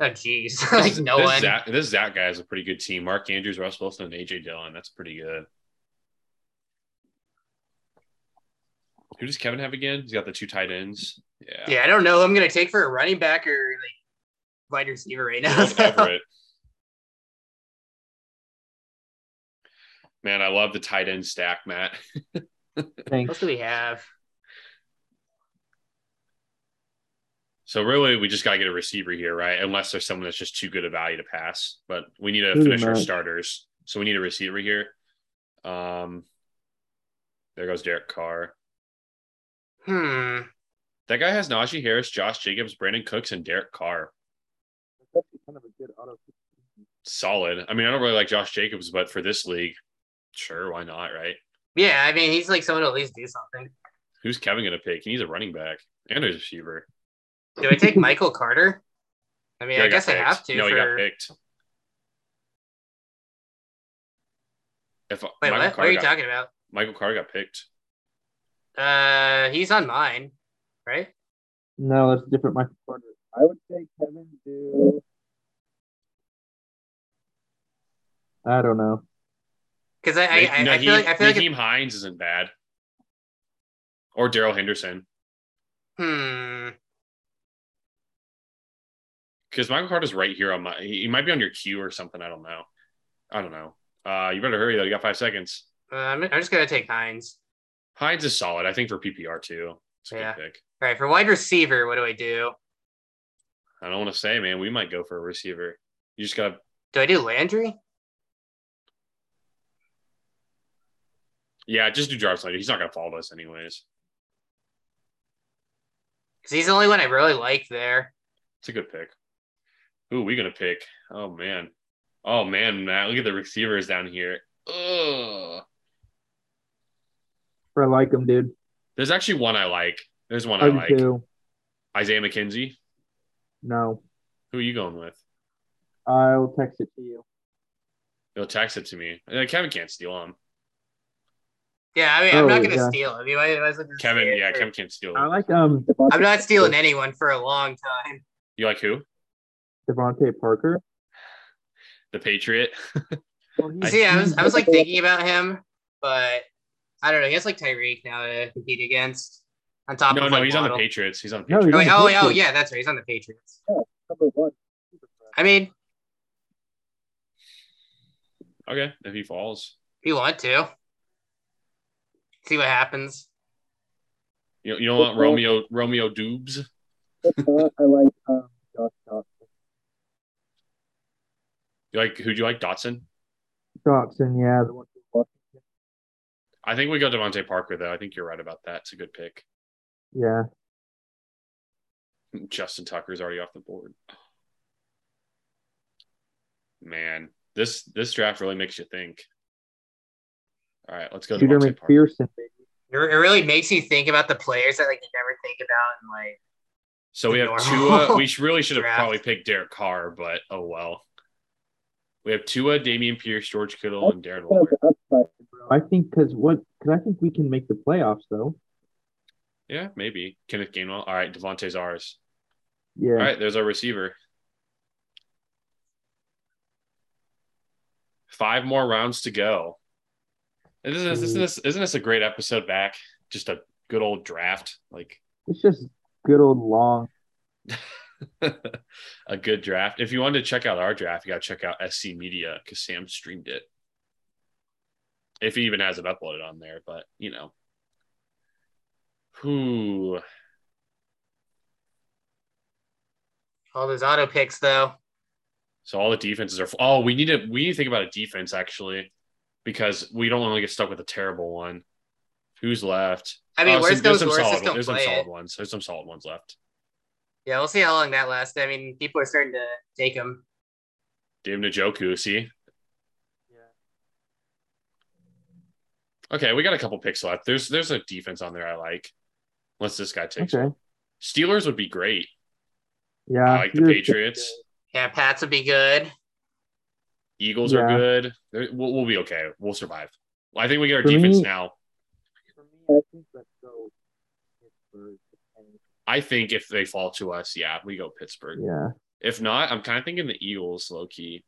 Speaker 3: Oh, jeez, like no
Speaker 1: this
Speaker 3: one.
Speaker 1: Zach, this Zach guy is a pretty good team. Mark Andrews, Russ Wilson, and AJ Dillon. That's pretty good. Who does Kevin have again? He's got the two tight ends. Yeah.
Speaker 3: Yeah, I don't know who I'm gonna take for a running back or like wide receiver right now.
Speaker 1: Gerald Everett. Man, I love the tight end stack, Matt.
Speaker 3: what
Speaker 4: thanks.
Speaker 3: else do we have?
Speaker 1: So really, we just gotta get a receiver here, right? Unless there's someone that's just too good a value to pass. But we need to
Speaker 4: Pretty
Speaker 1: finish our
Speaker 4: much.
Speaker 1: starters, so we need a receiver here. Um, there goes Derek Carr.
Speaker 3: Hmm.
Speaker 1: That guy has Najee Harris, Josh Jacobs, Brandon Cooks, and Derek Carr.
Speaker 2: That's actually kind of a good auto.
Speaker 1: Solid. I mean, I don't really like Josh Jacobs, but for this league, sure, why not, right?
Speaker 3: Yeah, I mean, he's like someone to at least do something.
Speaker 1: Who's Kevin going to pick? He needs a running back and a receiver.
Speaker 3: Do I take Michael Carter? I mean,
Speaker 1: Yeah,
Speaker 3: I
Speaker 1: he got
Speaker 3: guess I
Speaker 1: picked.
Speaker 3: have to.
Speaker 1: No, he got
Speaker 3: for...
Speaker 1: picked. If uh,
Speaker 3: Wait,
Speaker 1: Michael,
Speaker 3: what? What
Speaker 1: Carter
Speaker 3: are you
Speaker 1: got,
Speaker 3: talking about?
Speaker 1: Michael Carter got picked.
Speaker 3: Uh, he's on mine, right?
Speaker 4: No, it's different. Michael Carter.
Speaker 2: I would say Kevin do.
Speaker 4: I don't know.
Speaker 3: Because I, I, I,
Speaker 1: no,
Speaker 3: I
Speaker 1: he,
Speaker 3: feel like I feel like
Speaker 1: Naheem Hines isn't bad. Or Daryl Henderson.
Speaker 3: hmm.
Speaker 1: Because Michael Carter's right here on my he he might be on your queue or something. I don't know. I don't know. Uh you better hurry though. You got five seconds.
Speaker 3: Uh, I'm, I'm just gonna take Hines.
Speaker 1: Hines is solid, I think, for PPR too. It's a
Speaker 3: Yeah.
Speaker 1: good pick.
Speaker 3: All right, for wide receiver, what do I do?
Speaker 1: I don't want to say, man, we might go for a receiver. You just gotta
Speaker 3: Do I do Landry?
Speaker 1: yeah, just do Jarvis Landry. He's not gonna follow us anyways.
Speaker 3: Because he's the only one I really like there.
Speaker 1: It's a good pick. Who are we gonna pick? Oh man. Oh man, Matt. Look at the receivers down here. Ugh.
Speaker 4: I like him, dude.
Speaker 1: There's actually one I like. There's one I,
Speaker 4: I do
Speaker 1: like.
Speaker 4: too.
Speaker 1: Isaiah McKenzie.
Speaker 4: No,
Speaker 1: Who are you going with?
Speaker 4: I'll text it to you.
Speaker 1: He'll text it to me. Uh, Kevin can't steal him.
Speaker 3: Yeah, I mean, I'm
Speaker 4: Oh,
Speaker 3: not gonna
Speaker 4: yeah.
Speaker 3: steal him. You might, might as well just
Speaker 1: Kevin,
Speaker 3: say it.
Speaker 1: yeah, Kevin can't steal
Speaker 4: I
Speaker 1: him.
Speaker 4: like um
Speaker 3: I'm not stealing anyone for a long time.
Speaker 1: You like who?
Speaker 4: Devontae Parker.
Speaker 1: The Patriot.
Speaker 4: Well, he's-
Speaker 3: See, I was, I was like
Speaker 2: I-
Speaker 3: thinking about him, but I don't know. He has like Tyreek now to compete against. On top
Speaker 1: no,
Speaker 3: of
Speaker 1: no,
Speaker 3: like,
Speaker 1: he's on the
Speaker 3: Waddle.
Speaker 1: Patriots. He's on the
Speaker 4: No,
Speaker 1: Patriots.
Speaker 4: he's
Speaker 3: Oh, wait,
Speaker 4: on the
Speaker 3: oh, oh,
Speaker 4: Patriots.
Speaker 3: yeah, that's right. He's on the Patriots.
Speaker 2: Number one. Superflex.
Speaker 3: I mean, if
Speaker 1: Okay, if he falls,
Speaker 3: you want to, see what happens.
Speaker 1: you, you don't want
Speaker 2: Okay.
Speaker 1: Romeo Romeo Dubes.
Speaker 2: If not, I like um, Josh Johnson.
Speaker 1: You like who? Do you like Dotson?
Speaker 4: Dotson, yeah, the one
Speaker 2: from Washington.
Speaker 1: I think we go Devontae Parker though. I think you're right about that. It's a good pick.
Speaker 4: yeah.
Speaker 1: Justin Tucker's already off the board. Man, this this draft really makes you think. All right, let's go to
Speaker 4: Shooter
Speaker 1: Devontae Parker.
Speaker 4: McPherson, baby.
Speaker 3: It it really makes you think about the players that like you never think about and like
Speaker 1: So we have
Speaker 3: Normal
Speaker 1: Tua. We sh- really should have
Speaker 3: draft.
Speaker 1: probably picked Derek Carr, but oh well. We have Tua, Damian Pierce, George Kittle, and Darren
Speaker 2: Kind of
Speaker 1: Waller.
Speaker 2: the upside, bro.
Speaker 4: I think because what because I think we can make the playoffs though.
Speaker 1: Yeah, maybe Kenneth Gainwell. All right, Devontae's ours.
Speaker 4: Yeah,
Speaker 1: All right, there's our receiver. Five more rounds to go. Isn't this, isn't this isn't this a great episode back? Just a good old draft, like
Speaker 4: it's just good old long.
Speaker 1: a good draft. If you wanted to check out our draft, you got to check out SC Media because Sam streamed it. If he even has it uploaded on there, but you know, who
Speaker 3: all those auto picks though.
Speaker 1: So all the defenses are. Oh, we need to we need to think about a defense actually, because we don't want to get stuck with a terrible one. Who's left?
Speaker 3: I mean,
Speaker 1: Oh,
Speaker 3: worst
Speaker 1: there's
Speaker 3: goes
Speaker 1: some
Speaker 3: worst,
Speaker 1: solid
Speaker 3: just
Speaker 1: ones.
Speaker 3: don't
Speaker 1: There's some
Speaker 3: play
Speaker 1: solid
Speaker 3: it.
Speaker 1: ones. There's some solid ones left.
Speaker 3: Yeah, we'll see how long that lasts. I mean, people are starting to take him.
Speaker 1: Dave Njoku, see.
Speaker 4: Yeah.
Speaker 1: Okay, we got a couple picks left. There's there's a defense on there I like. Unless this guy takes
Speaker 4: Okay.
Speaker 1: Steelers would be great.
Speaker 4: Yeah.
Speaker 1: I like the
Speaker 4: Shooter's-
Speaker 1: Patriots.
Speaker 3: Yeah, Pats would be good.
Speaker 1: Eagles
Speaker 4: Yeah.
Speaker 1: are good. They're- We'll, we'll be okay. We'll survive. I think we get our
Speaker 4: For
Speaker 1: defense
Speaker 4: me-
Speaker 1: now.
Speaker 4: For me, I think let's go. Pittsburgh.
Speaker 1: I think if they fall to us, yeah, we go Pittsburgh.
Speaker 4: Yeah.
Speaker 1: If not, I'm kind of thinking the Eagles low key.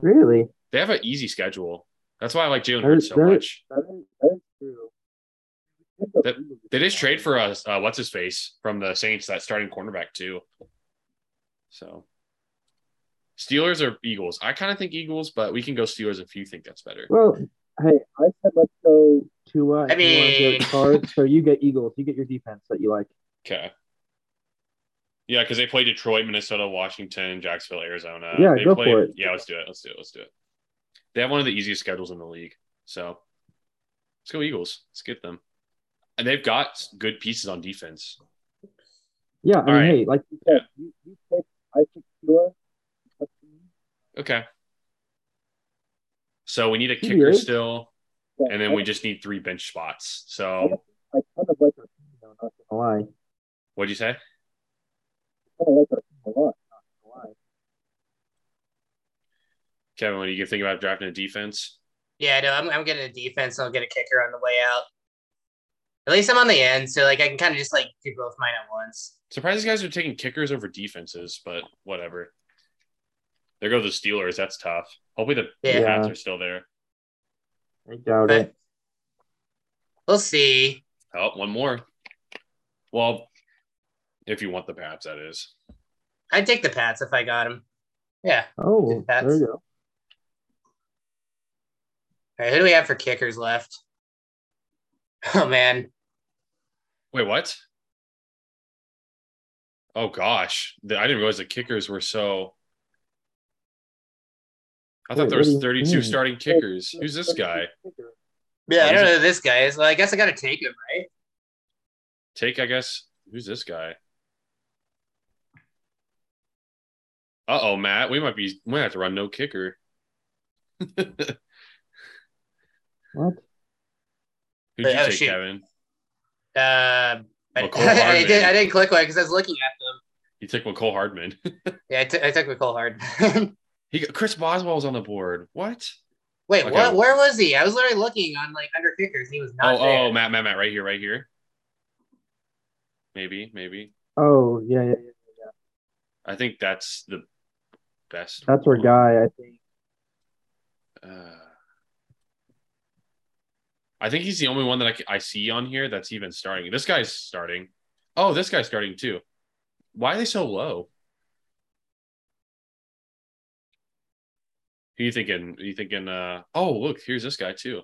Speaker 4: Really?
Speaker 1: They have an easy schedule. That's why I like Jalen
Speaker 4: They're-
Speaker 1: Hurts so
Speaker 4: they're-
Speaker 1: much.
Speaker 2: That is, that is true.
Speaker 1: They just trade for us. Uh, what's his face from the Saints? That starting cornerback too. So Steelers or Eagles? I kind of think Eagles, but we can go Steelers if you think that's better.
Speaker 4: Well, hey,
Speaker 2: I said let's go.
Speaker 4: Tua.
Speaker 3: I
Speaker 4: uh, if you wanna go
Speaker 3: mean-
Speaker 4: cards, so you get Eagles. You get your defense that you like.
Speaker 1: Okay. Yeah, because they play Detroit, Minnesota, Washington, Jacksonville, Arizona.
Speaker 4: Yeah,
Speaker 1: they
Speaker 4: go
Speaker 1: play,
Speaker 4: for it.
Speaker 1: Yeah, let's do it. Let's do it. Let's do it. They have one of the easiest schedules in the league. So let's go Eagles. Let's get them. And they've got good pieces on defense.
Speaker 4: Yeah. I mean,
Speaker 1: Alright.
Speaker 4: hey, like
Speaker 2: You said you, you picked I picked Tua. Up to you.
Speaker 1: Okay. So we need a
Speaker 4: He
Speaker 1: kicker
Speaker 4: is.
Speaker 1: still,
Speaker 2: Yeah,
Speaker 1: and then
Speaker 2: I-
Speaker 1: we just need three bench spots. So
Speaker 2: I kind of like her though, not gonna
Speaker 4: Why?
Speaker 1: what'd you say?
Speaker 2: lie. I kind of like her a lot, not gonna lie.
Speaker 1: Kevin, what do you think about drafting a defense?
Speaker 3: Yeah, no, I'm, I'm getting a defense and I'll get a kicker on the way out. At least I'm on the end, so like I can kind of just like do both mine at once.
Speaker 1: Surprised these guys are taking kickers over defenses, but whatever. There go the Steelers. That's tough. Hopefully the
Speaker 3: Yeah.
Speaker 1: Pats
Speaker 4: Yeah.
Speaker 1: are still there.
Speaker 4: I doubt
Speaker 3: But
Speaker 4: it.
Speaker 3: we'll see.
Speaker 1: Oh, one more. Well, if you want the Pats, that is.
Speaker 3: I'd take the Pats if I got them. Yeah.
Speaker 4: Oh,
Speaker 3: That's-
Speaker 4: there you go.
Speaker 3: All right, who do we have for kickers left? Oh man,
Speaker 1: Wait, what? Oh gosh, The- I didn't realize the kickers were so. I thought
Speaker 4: Wait,
Speaker 1: there
Speaker 4: what do
Speaker 1: was
Speaker 4: you
Speaker 1: 32
Speaker 4: mean?
Speaker 1: starting kickers. Who's this guy?
Speaker 2: Kicker.
Speaker 3: yeah, I
Speaker 1: Who's it?
Speaker 3: don't know who this guy is. Well, I guess I got to take him, right?
Speaker 1: Take, I guess. Who's this guy? Uh oh, Matt. We might be. We might have to run no kicker. Who'd
Speaker 4: What?
Speaker 1: you
Speaker 3: Oh,
Speaker 1: take,
Speaker 3: shoot.
Speaker 1: Kevin?
Speaker 3: Uh, I,
Speaker 1: McCole
Speaker 3: I
Speaker 1: Hardman.
Speaker 3: did. I didn't click one because I was looking at
Speaker 1: You took Nicole Hardman.
Speaker 3: them. Yeah, I, t- I took McCole Hard.
Speaker 1: He got- Chris Boswell was on the board. What?
Speaker 3: Wait,
Speaker 1: Okay.
Speaker 3: what? Where was he? I was literally looking on like under kickers, and he was not
Speaker 1: oh,
Speaker 3: there.
Speaker 1: oh, Matt, Matt, Matt, right here, right here. Maybe, maybe.
Speaker 4: Oh, yeah, yeah, yeah.
Speaker 1: I think that's the best.
Speaker 4: That's our guy, I think.
Speaker 1: Uh, I think he's the only one that I, c- I see on here that's even starting. This guy's starting. Oh, this guy's starting too. Why are they so low? Who you thinking? you thinking? Uh, oh, look, here's this guy too.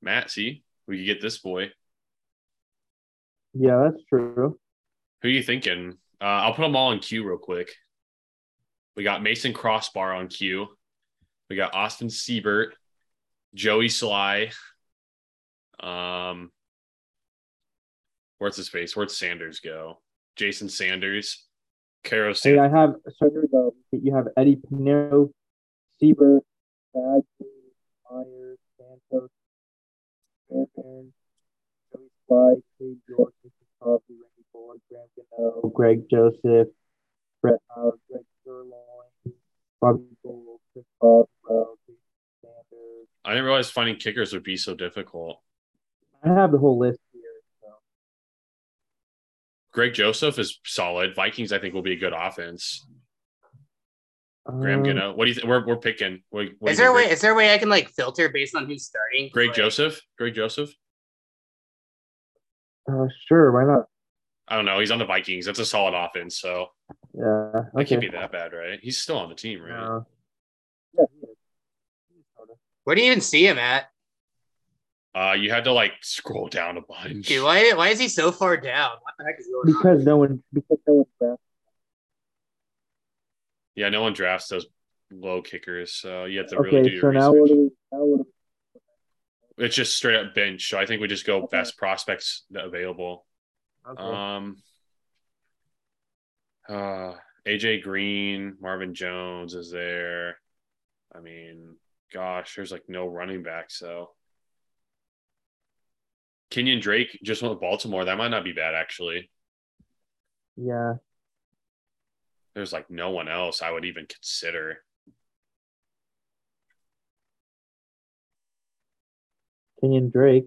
Speaker 1: Matt, see, we could get this boy.
Speaker 4: Yeah, that's true.
Speaker 1: Who you thinking? Uh, I'll put them all in queue real quick. We got Mason Crossbar on queue. We got Austin Siebert, Joey Sly. Um, where's his face? Where'd Sanders go? Jason Sanders, Caro
Speaker 4: Hey,
Speaker 1: Sanders.
Speaker 4: I have so
Speaker 2: Kicker, though,
Speaker 4: you have Eddie Pinero,
Speaker 2: Siebert, Badgley, Myers, Santos, Fairbairn, Joey Spy, Cade York, Mr. Coffey, Randy Bullock, Graham Gano,
Speaker 4: Greg Joseph,
Speaker 2: Brett Howard, Greg Sirloin, Bobby Gold, Chris Boswell, Jason Sanders.
Speaker 1: I didn't realize finding kickers would be so difficult.
Speaker 4: I have the whole list here. So.
Speaker 1: Greg Joseph is solid. Vikings, I think, will be a good offense. Graham
Speaker 4: Um,
Speaker 1: Gano. What do you think? We're, we're picking. What, what do
Speaker 3: Is
Speaker 1: you
Speaker 3: there a
Speaker 1: think,
Speaker 3: way? Is there a way I can like filter based on who's starting?
Speaker 1: Greg, Greg
Speaker 3: Like,
Speaker 1: Joseph? Greg Joseph?
Speaker 4: Uh, sure, why not?
Speaker 1: I don't know. He's on the Vikings. That's a solid offense. So
Speaker 4: Yeah.
Speaker 1: That
Speaker 4: Okay.
Speaker 1: can't be that bad, right? He's still on the team, right?
Speaker 4: Uh,
Speaker 2: Yeah, he is. Minnesota.
Speaker 3: Where do you even see him at?
Speaker 1: Uh, you had to like scroll down a bunch.
Speaker 3: Dude, why? Why is he so far down? What the heck is going on?
Speaker 4: because no one
Speaker 2: Because no one's back.
Speaker 1: Yeah, no one drafts those low kickers, so you have to really
Speaker 4: Okay,
Speaker 1: do
Speaker 4: so
Speaker 1: your
Speaker 4: now
Speaker 1: research.
Speaker 2: What do we, now what do
Speaker 1: It's just straight up bench. So I think we just go
Speaker 2: Okay.
Speaker 1: best prospects that available.
Speaker 4: Okay.
Speaker 1: Um, uh, AJ Green, Marvin Jones is there. I mean, gosh, there's like no running back. So Kenyon Drake just went to Baltimore. That might not be bad actually.
Speaker 4: yeah.
Speaker 1: there's like no one else I would even consider.
Speaker 4: Kenyon Drake.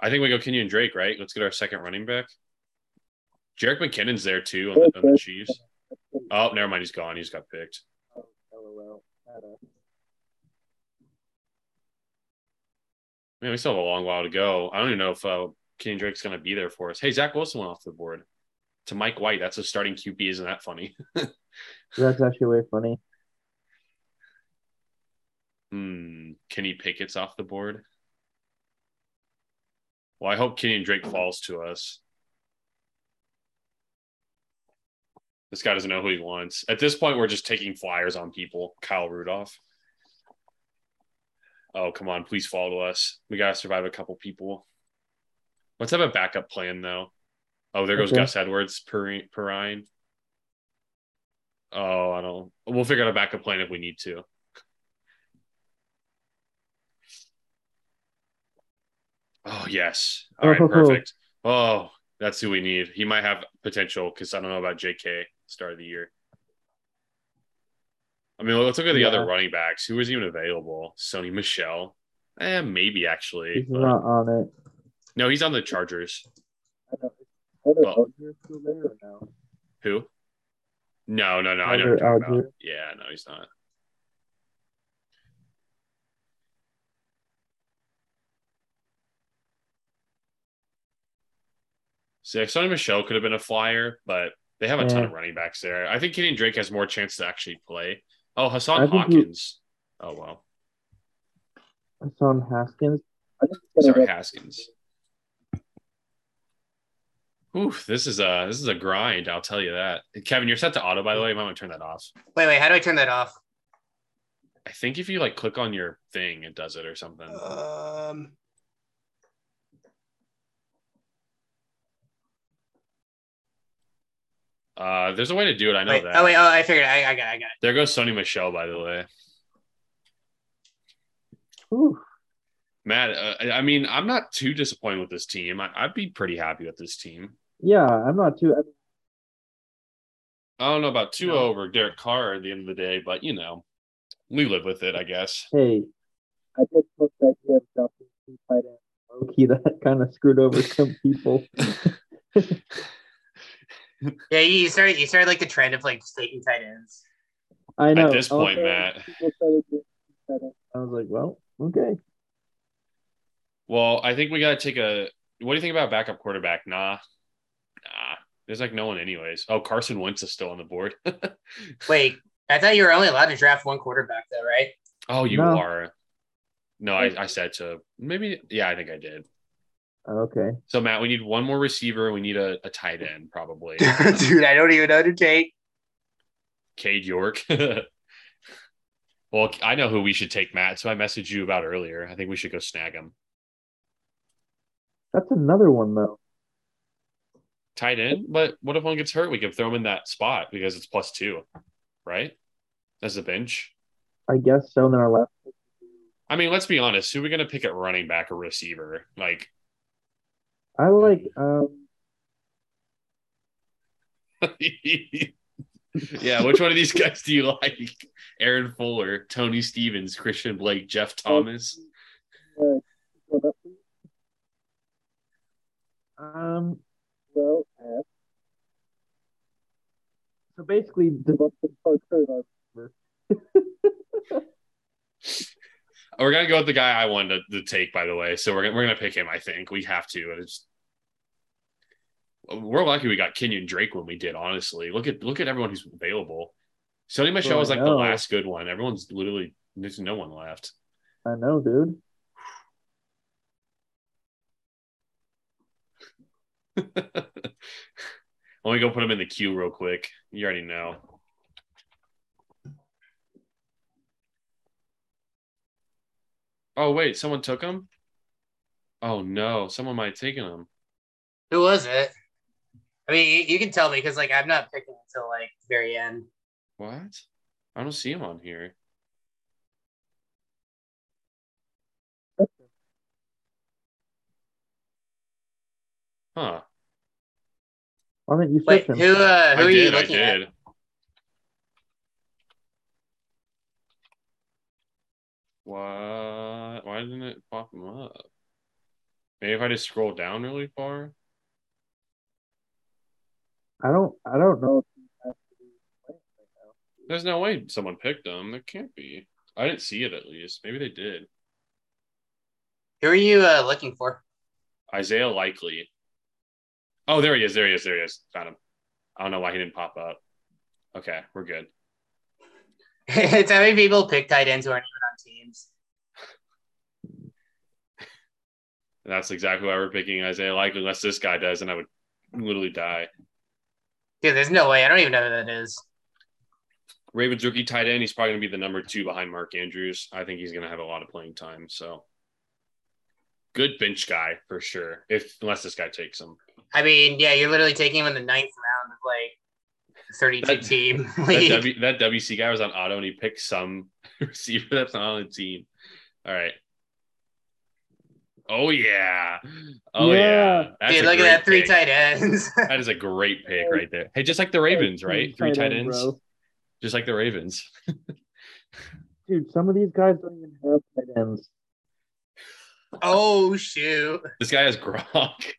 Speaker 1: I think we go Kenyon Drake, right? Let's get our second running back. Jarek McKinnon's there too on
Speaker 2: we
Speaker 1: the, on the Chiefs.
Speaker 2: do?
Speaker 1: Oh, never mind. He's gone. He's got picked.
Speaker 2: Oh, LOL. Not us.
Speaker 1: Man, we still have a long while to go. I don't even know if uh, Kenyon Drake's going to be there for us. Hey, Zach Wilson went off the board to Mike White. That's a starting QB. Isn't that funny?
Speaker 4: That's actually way funny.
Speaker 1: Hmm. Kenny Pickett's off the board. Well, I hope Kenyon Drake falls to us. This guy doesn't know who he wants. At this point, we're just taking flyers on people. Kyle Rudolph. Oh, come on. Please fall to us. We got to survive a couple people. Let's have a backup plan, though. Oh, there goes
Speaker 4: Okay.
Speaker 1: Gus Edwards, Perri- Perrine. Oh, I don't. We'll figure out a backup plan if we need to. Oh yes. All right,
Speaker 4: Oh.
Speaker 1: perfect. Oh, that's who we need. He might have potential because I don't know about JK start of the year. I mean, let's look at the
Speaker 4: Yeah.
Speaker 1: other running backs. Who was even available? Sony Michelle. Eh, maybe actually.
Speaker 4: He's
Speaker 1: but-
Speaker 4: not on it.
Speaker 1: No, he's on the Chargers.
Speaker 2: I don't know. Is Tyler
Speaker 1: Well-
Speaker 2: Algier still there or no?
Speaker 1: Who? No, no, no. I know what you're
Speaker 4: Tyler
Speaker 1: talking about.
Speaker 4: Algier.
Speaker 1: Yeah, no, he's not. See, like, Sonny Michelle could have been a flyer, but they have a ton
Speaker 4: Yeah.
Speaker 1: of running backs there. I think Kenyon Drake has more chance to actually play. Oh,
Speaker 4: I
Speaker 1: Hassan
Speaker 4: think he-
Speaker 1: Hawkins. Oh, wow.
Speaker 4: Hassan Haskins.
Speaker 2: I just gotta
Speaker 1: Sorry,
Speaker 2: look.
Speaker 1: Haskins. Oof, this is a this is a grind. I'll tell you that. Kevin, you're set to auto. By the way, you might want to turn that off.
Speaker 3: Wait, wait, how do I turn that off?
Speaker 1: I think if you like click on your thing, it does it or something.
Speaker 3: Um,
Speaker 1: Uh, there's a way to do it. I know
Speaker 3: wait,
Speaker 1: that.
Speaker 3: oh wait, oh I figured it. I, I got, it, I got
Speaker 1: There goes Sony Michelle, by the way.
Speaker 4: Whew.
Speaker 1: Matt, uh, I- I mean, I'm not too disappointed with this team. I, I'd be pretty happy with this team.
Speaker 4: Yeah, I'm not too. I mean,
Speaker 1: I don't know about 2
Speaker 4: No.
Speaker 1: over Derek Carr at the end of the day, but you know, we live with it, I guess.
Speaker 4: hey,
Speaker 2: I did look that he had Dolphins two tight ends.
Speaker 4: Loki, that kind of screwed over some people.
Speaker 3: it. Yeah, you started, you started like the trend of like just taking tight ends.
Speaker 4: I know.
Speaker 1: At this point,
Speaker 4: Also,
Speaker 1: Matt.
Speaker 2: People started doing two tight ends.
Speaker 4: I was like, well, okay.
Speaker 1: Well, I think we got to take a. What do you think about backup quarterback? Nah, nah. There's like no one, anyways. Oh, Carson Wentz is still on the board.
Speaker 3: Wait, I thought you were only allowed to draft one quarterback though, right?
Speaker 1: oh, you
Speaker 4: No.
Speaker 1: are. No, I, I said to maybe. Yeah, I think I did.
Speaker 4: Okay.
Speaker 1: So Matt, we need one more receiver. We need a, a tight end, probably.
Speaker 3: Dude, I don't even know who to take.
Speaker 1: Cade York. well, I know who we should take, Matt. So I messaged you about earlier. I think we should go snag him.
Speaker 4: That's another one, though.
Speaker 1: Tight end, but what if one gets hurt? We can throw him in that spot because it's plus two, right? As a bench.
Speaker 4: I guess so. And then our last.
Speaker 1: I mean, let's be honest. Who are we going to pick at running back or receiver? Like,
Speaker 4: I like. um
Speaker 1: yeah, which one of these guys do you like? Aaron Fuller, Tony Stevens, Christian Blake, Jeff Thomas.
Speaker 2: Uh, well, that's
Speaker 4: Um.
Speaker 2: well as
Speaker 4: So basically, the-
Speaker 2: Devontae Parker. Like,
Speaker 1: We're gonna go with the guy I wanted to, to take, by the way. So we're gonna, we're gonna pick him. I think we have to. And it's we're lucky we got Kenyon Drake when we did. Honestly, look at look at everyone who's available. Sony Michelle
Speaker 4: Oh,
Speaker 1: was like
Speaker 4: no.
Speaker 1: the last good one. Everyone's literally there's no one left.
Speaker 4: I know, dude.
Speaker 1: Let me go put him in the queue real quick. You already know. Oh wait, someone took him. Oh no, someone might have taken him.
Speaker 3: Who was it? I mean, you, you can tell me because like I'm not picking until like the very end.
Speaker 1: What? I don't see him on here. Huh.
Speaker 4: Why don't you
Speaker 3: Wait,
Speaker 4: switch
Speaker 3: who?
Speaker 4: him?
Speaker 3: Uh, who
Speaker 1: I
Speaker 3: are you
Speaker 1: did, I
Speaker 3: looking at?
Speaker 1: did. Why why didn't it pop him up? Maybe if I just scroll down really far.
Speaker 4: I don't. I don't know.
Speaker 1: There's no way someone picked him. There can't be. I didn't see it at least. Maybe they did.
Speaker 3: Who are you uh, looking for?
Speaker 1: Isaiah Likely. Oh, there he is. There he is. There he is. Found him. I don't know why he didn't pop up. Okay, we're good.
Speaker 3: it's how many people pick tight ends who aren't even on teams.
Speaker 1: That's exactly why we're picking Isaiah Likely, unless this guy does, and I would literally die.
Speaker 3: Dude, there's no way. I don't even know who that is.
Speaker 1: Ravens rookie tight end. He's probably going to be the number two behind Mark Andrews. I think he's going to have a lot of playing time. So good bench guy for sure, if unless this guy takes him.
Speaker 3: I mean, yeah, you're literally taking him in the ninth round of like 32
Speaker 1: That-
Speaker 3: team
Speaker 1: That,
Speaker 3: league.
Speaker 1: w, that WC guy was on auto and he picked some receiver that's not on the team. All right. Oh yeah. Oh yeah.
Speaker 4: Yeah.
Speaker 1: That's a
Speaker 3: Dude, look at
Speaker 1: great
Speaker 3: that three
Speaker 1: pick.
Speaker 3: tight ends.
Speaker 1: That is a great pick right there. Hey, just like the Ravens, right? Three tight
Speaker 4: end,
Speaker 1: ends.
Speaker 4: bro.
Speaker 1: Just like the Ravens.
Speaker 4: Dude, some of these guys don't even have tight ends.
Speaker 3: oh shoot!
Speaker 1: This guy has Gronk.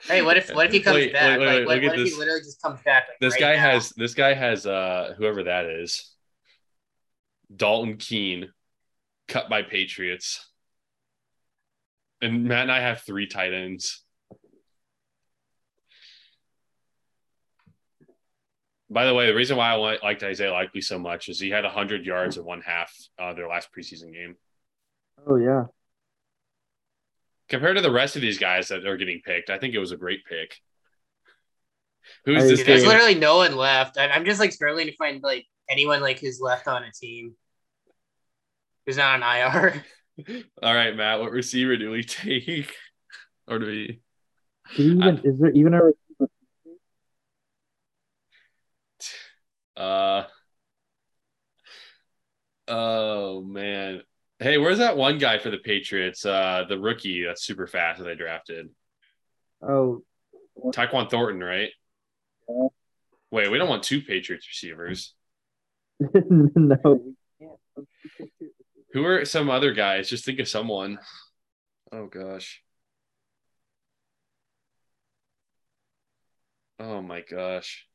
Speaker 3: Hey, what if what if he comes
Speaker 1: Wait,
Speaker 3: back?
Speaker 1: wait, wait,
Speaker 3: like, what,
Speaker 1: look
Speaker 3: what
Speaker 1: at
Speaker 3: if
Speaker 1: this.
Speaker 3: he literally just comes back? Like,
Speaker 1: This
Speaker 3: right
Speaker 1: guy
Speaker 3: now?
Speaker 1: has this guy has uh whoever that is. Dalton Keene cut by Patriots. And Matt and I have three tight ends. By the way, the reason why I li- liked Isaiah Likely so much is he had 100 yards in one half uh, their last preseason game.
Speaker 4: Oh yeah. compared
Speaker 1: compared to the rest of these guys that are getting picked, I think it was a great pick. Who's
Speaker 4: I
Speaker 1: this
Speaker 3: Dude, there's
Speaker 1: guy?
Speaker 3: literally no one left. I, I'm just like struggling to find like anyone like who's left on a team who's not on IR.
Speaker 1: All right, Matt, what receiver do we take? Or do we?
Speaker 4: Do you even, is there even a receiver?
Speaker 1: Uh, oh man. Hey, where's that one guy for the Patriots? Uh, the rookie that's super fast that they drafted,
Speaker 4: Oh,
Speaker 1: Tyquan Thornton, right?
Speaker 2: Yeah.
Speaker 1: Wait, we don't want two Patriots receivers.
Speaker 4: no.
Speaker 1: Who are some other guys? Just think of someone. Oh gosh. Oh my gosh.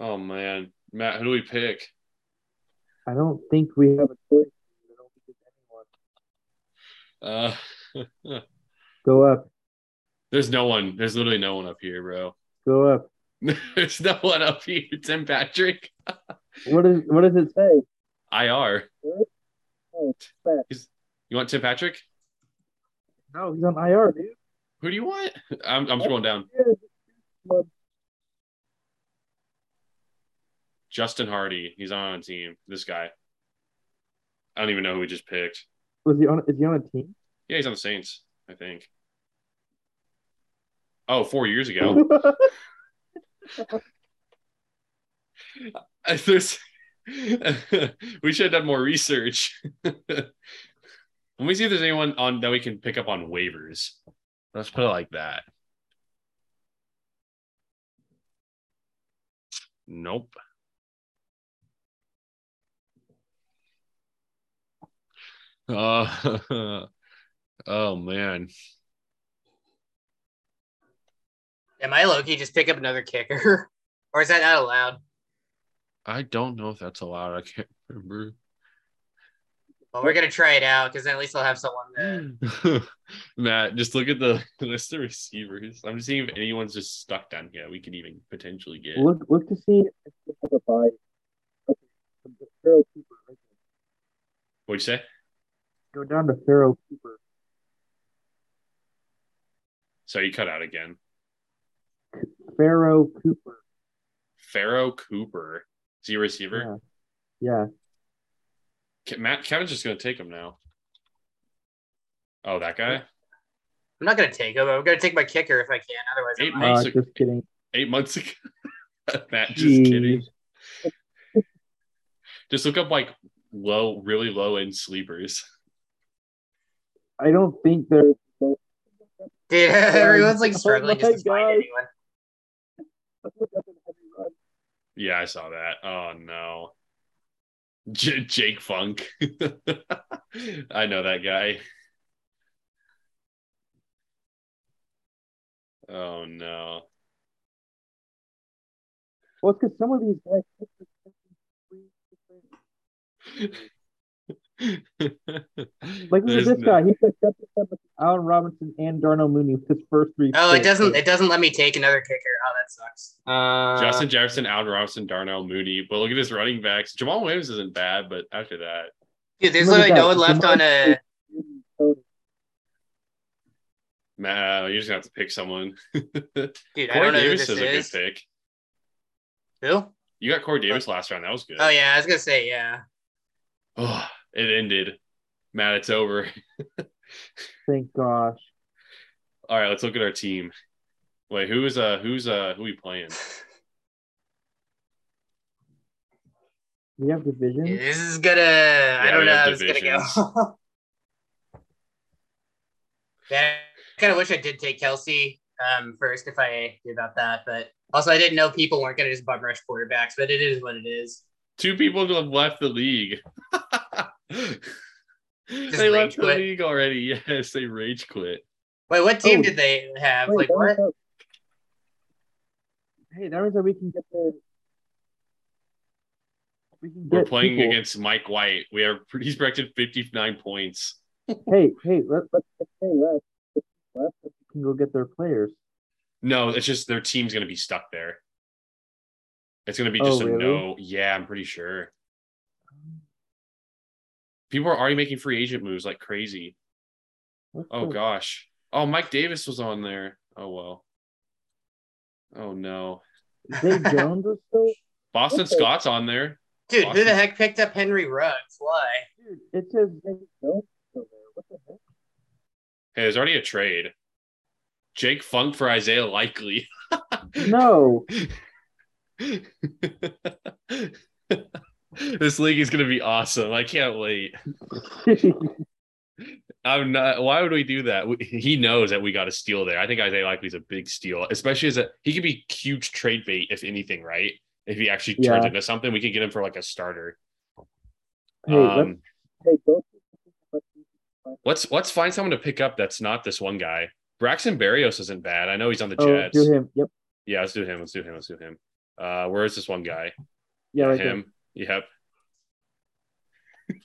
Speaker 1: Oh man, Matt, who do we pick?
Speaker 4: I don't think we have a choice. I don't think it's anyone.
Speaker 1: Uh,
Speaker 4: Go up.
Speaker 1: there's no one. There's literally no one up here, bro.
Speaker 4: Go up.
Speaker 1: There's no one up here. Tim Patrick,
Speaker 4: What is what does it say?
Speaker 1: IR.
Speaker 2: Oh, but
Speaker 1: You want Tim Patrick?
Speaker 4: No, he's on IR, dude.
Speaker 1: Who do you want? I'm I'm scrolling down.
Speaker 2: yeah,
Speaker 1: Justin Hardy. He's on a team. This guy. I don't even know who we just picked.
Speaker 4: Was he on? Is he on a team?
Speaker 1: Yeah, he's on the Saints, I think. Oh, four years ago. There's- we should have done more research. Let me see if there's anyone on that we can pick up on waivers. Let's put it like that. Nope. Uh, oh man.
Speaker 3: Am I Loki? Just pick up another kicker, or is that not allowed?
Speaker 1: I don't know if that's allowed. I can't remember.
Speaker 3: Well, we're gonna try it out because then at least I'll have someone. That...
Speaker 4: Hmm.
Speaker 1: Matt, just look at the list of receivers. I'm just seeing if anyone's just stuck down here. We could even potentially get.
Speaker 4: look, look to see.
Speaker 2: they have a bye. Okay, so the Farrell Cooper, right there.
Speaker 1: What'd you say?
Speaker 4: Go down to Pharaoh Cooper.
Speaker 1: So you cut out again.
Speaker 4: Pharaoh Cooper.
Speaker 1: Pharaoh Cooper. Is he a receiver?
Speaker 4: Yeah.
Speaker 1: Ke- Matt Kevin's just gonna take him now. Oh, that guy.
Speaker 3: I'm not gonna take him. I'm gonna take my kicker if I can. Otherwise,
Speaker 1: Eight
Speaker 3: I'm
Speaker 1: months.
Speaker 3: like,
Speaker 4: Uh,
Speaker 1: Nice.
Speaker 4: just kidding.
Speaker 1: Eight months ago. Matt, just
Speaker 4: Jeez.
Speaker 1: kidding. Just look up like low, really low end sleepers.
Speaker 4: I don't think there's.
Speaker 3: dude, everyone's like
Speaker 4: Oh
Speaker 3: struggling just
Speaker 4: my
Speaker 3: to find
Speaker 4: God.
Speaker 3: anyone.
Speaker 2: Let's look up in every run.
Speaker 1: Yeah, I saw that. Oh no. J- Jake Funk. I know that guy. Oh no.
Speaker 4: Well, it's because some of these guys. pick the fucking three different- Like look at
Speaker 1: There's
Speaker 4: this
Speaker 1: no-
Speaker 4: guy. He picked up with Allen Robinson and Darnell Mooney with his first three.
Speaker 3: Oh, it
Speaker 4: picks.
Speaker 3: doesn't. It doesn't let me take another kicker. Oh, that sucks. Uh,
Speaker 1: Justin Jefferson, Allen Robinson, Darnell Mooney. But look at his running backs. Jamal Williams isn't bad, but after that,
Speaker 3: dude, there's
Speaker 4: Look at
Speaker 3: literally no
Speaker 4: that.
Speaker 3: one left on a.
Speaker 2: Newton, Tony.
Speaker 1: Matt, you're just gonna have to pick someone.
Speaker 3: Dude, I
Speaker 1: Corey
Speaker 3: don't know who
Speaker 1: Davis
Speaker 3: this
Speaker 1: is a good
Speaker 3: is.
Speaker 1: pick.
Speaker 3: Who?
Speaker 1: You got Corey Davis last round. That was good.
Speaker 3: Oh yeah, I was gonna say yeah.
Speaker 1: Oh, it ended. Matt, it's over.
Speaker 4: Thank gosh.
Speaker 1: All right, let's look at our team. Wait, who's uh who's uh who we playing?
Speaker 4: We have division.
Speaker 3: This is gonna. I
Speaker 1: Yeah,
Speaker 3: don't
Speaker 1: we
Speaker 3: know
Speaker 1: have
Speaker 3: how this is gonna go. that, I kind of wish I did take Kelsey um, first if I did about that, but also I didn't know people weren't gonna just bum rush quarterbacks, but it is what it is.
Speaker 1: Two people who have left the league. they
Speaker 3: rage
Speaker 1: left the
Speaker 3: quit.
Speaker 1: league already. Yes, they rage quit.
Speaker 3: Wait, what team
Speaker 4: Oh.
Speaker 3: did they have?
Speaker 4: Wait,
Speaker 3: like
Speaker 4: that
Speaker 3: what?
Speaker 4: means that- hey, that means that we can get the. We can
Speaker 1: We're
Speaker 4: get
Speaker 1: playing
Speaker 4: people-
Speaker 1: against Mike White. We are he's projected 59 points.
Speaker 4: Hey, hey, let, let's let's stay left. Let's stay left. We can go get their players.
Speaker 1: No, it's just their team's gonna be stuck there. It's gonna be
Speaker 4: Oh,
Speaker 1: just a
Speaker 4: really?
Speaker 1: no. Yeah, I'm pretty sure. People are already making free agent moves like crazy.
Speaker 4: What's
Speaker 1: Oh
Speaker 4: the-
Speaker 1: gosh. Oh, Mike Davis was on there. Oh well. Oh no.
Speaker 4: Zay Jones was still.
Speaker 1: Boston
Speaker 4: Okay.
Speaker 1: Scott's on there.
Speaker 3: Dude, who the
Speaker 1: Boston.
Speaker 3: heck picked up Henry Ruggs? Why?
Speaker 4: Dude, it says Zay Jones still there. What the heck?
Speaker 1: Hey, there's already a trade. Jake Funk for Isaiah Likely.
Speaker 4: No,
Speaker 1: this league is gonna be awesome. I can't wait. I'm not. Why would we do that? We, he knows that we got a steal there. I think Isaiah Likely's a big steal, especially as a he could be huge trade bait if anything, right? If he actually turns
Speaker 4: Yeah.
Speaker 1: into something, we could get him for like a starter.
Speaker 4: Hey, let's-
Speaker 1: um,
Speaker 4: hey, go.
Speaker 1: let's let's find someone to pick up that's not this one guy. Braxton Berrios isn't bad. I know he's on the
Speaker 4: Oh,
Speaker 1: Jets.
Speaker 4: do him. Yep.
Speaker 1: Yeah, let's do him. Let's do him. Let's do him. Uh, where is this one guy?
Speaker 4: Yeah, right there.
Speaker 1: him. Yep.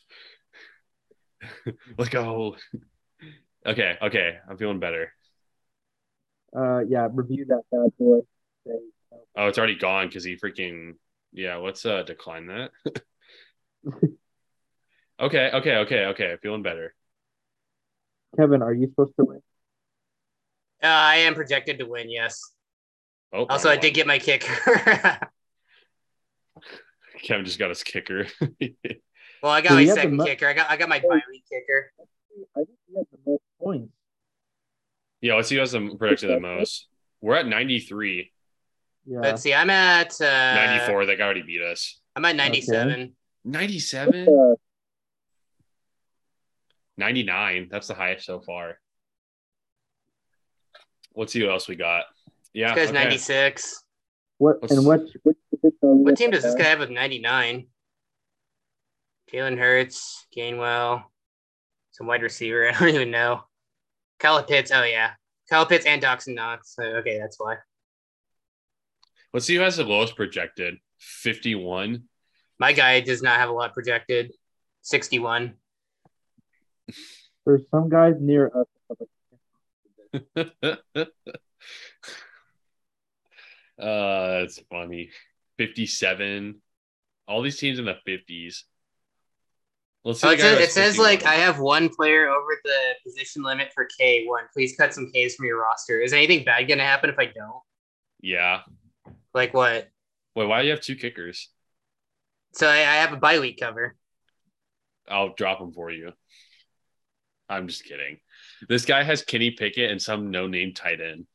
Speaker 1: Let go. Okay, okay. I'm feeling better.
Speaker 4: Uh, yeah, review that bad boy. Say,
Speaker 1: Oh, it's already gone because he freaking yeah. Let's uh decline that. okay, okay, okay, okay. Feeling better.
Speaker 4: Kevin, are you supposed to win?
Speaker 3: Uh, I am projected to win. Yes.
Speaker 1: Oh,
Speaker 3: Also, I
Speaker 1: wrong
Speaker 3: did
Speaker 1: one.
Speaker 3: get my kicker.
Speaker 1: Kevin just got his kicker.
Speaker 3: well, I got
Speaker 4: Do
Speaker 3: my
Speaker 4: we have the
Speaker 3: second
Speaker 4: mo- Oh.
Speaker 3: kicker. I got I got my bye week kicker.
Speaker 4: I think he has the most points.
Speaker 1: yeah, let's see who has the projected the most. We're at 93,
Speaker 4: Yeah.
Speaker 3: Let's see. I'm at uh,
Speaker 1: 94. That guy already beat us.
Speaker 3: I'm at 97.
Speaker 1: 97,
Speaker 4: Uh,
Speaker 1: 99. That's the highest so far. Let's see what else we got. Yeah,
Speaker 3: This guy's
Speaker 1: okay.
Speaker 3: 96.
Speaker 4: what
Speaker 1: Let's-
Speaker 4: and what? Which division are we
Speaker 3: What
Speaker 4: in
Speaker 3: team does this
Speaker 4: now?
Speaker 3: guy have with 99? Jalen Hurts, Gainwell, some wide receiver. I don't even know. Kyle Pitts. Oh, yeah. Kyle Pitts and Doxon Knox. So, okay, that's why.
Speaker 1: Let's see who has the lowest projected. 51.
Speaker 3: My guy does not have a lot projected. 61.
Speaker 4: There's some guys near us. that have, like,
Speaker 1: uh, that's funny. 57. All these teams in the 50s. Let's
Speaker 3: So
Speaker 1: the
Speaker 3: Oh, it
Speaker 1: guy who
Speaker 3: says, it
Speaker 1: has
Speaker 3: says like
Speaker 1: 51.
Speaker 3: I have one player over the position limit for K1. Please cut some Ks from your roster. Is anything bad going to happen if I don't?
Speaker 1: Yeah.
Speaker 3: Like what?
Speaker 1: Wait, why do you have two kickers?
Speaker 3: So I, I have a bye week cover.
Speaker 1: I'll drop them for you. I'm just kidding. This guy has Kenny Pickett and some no name tight end.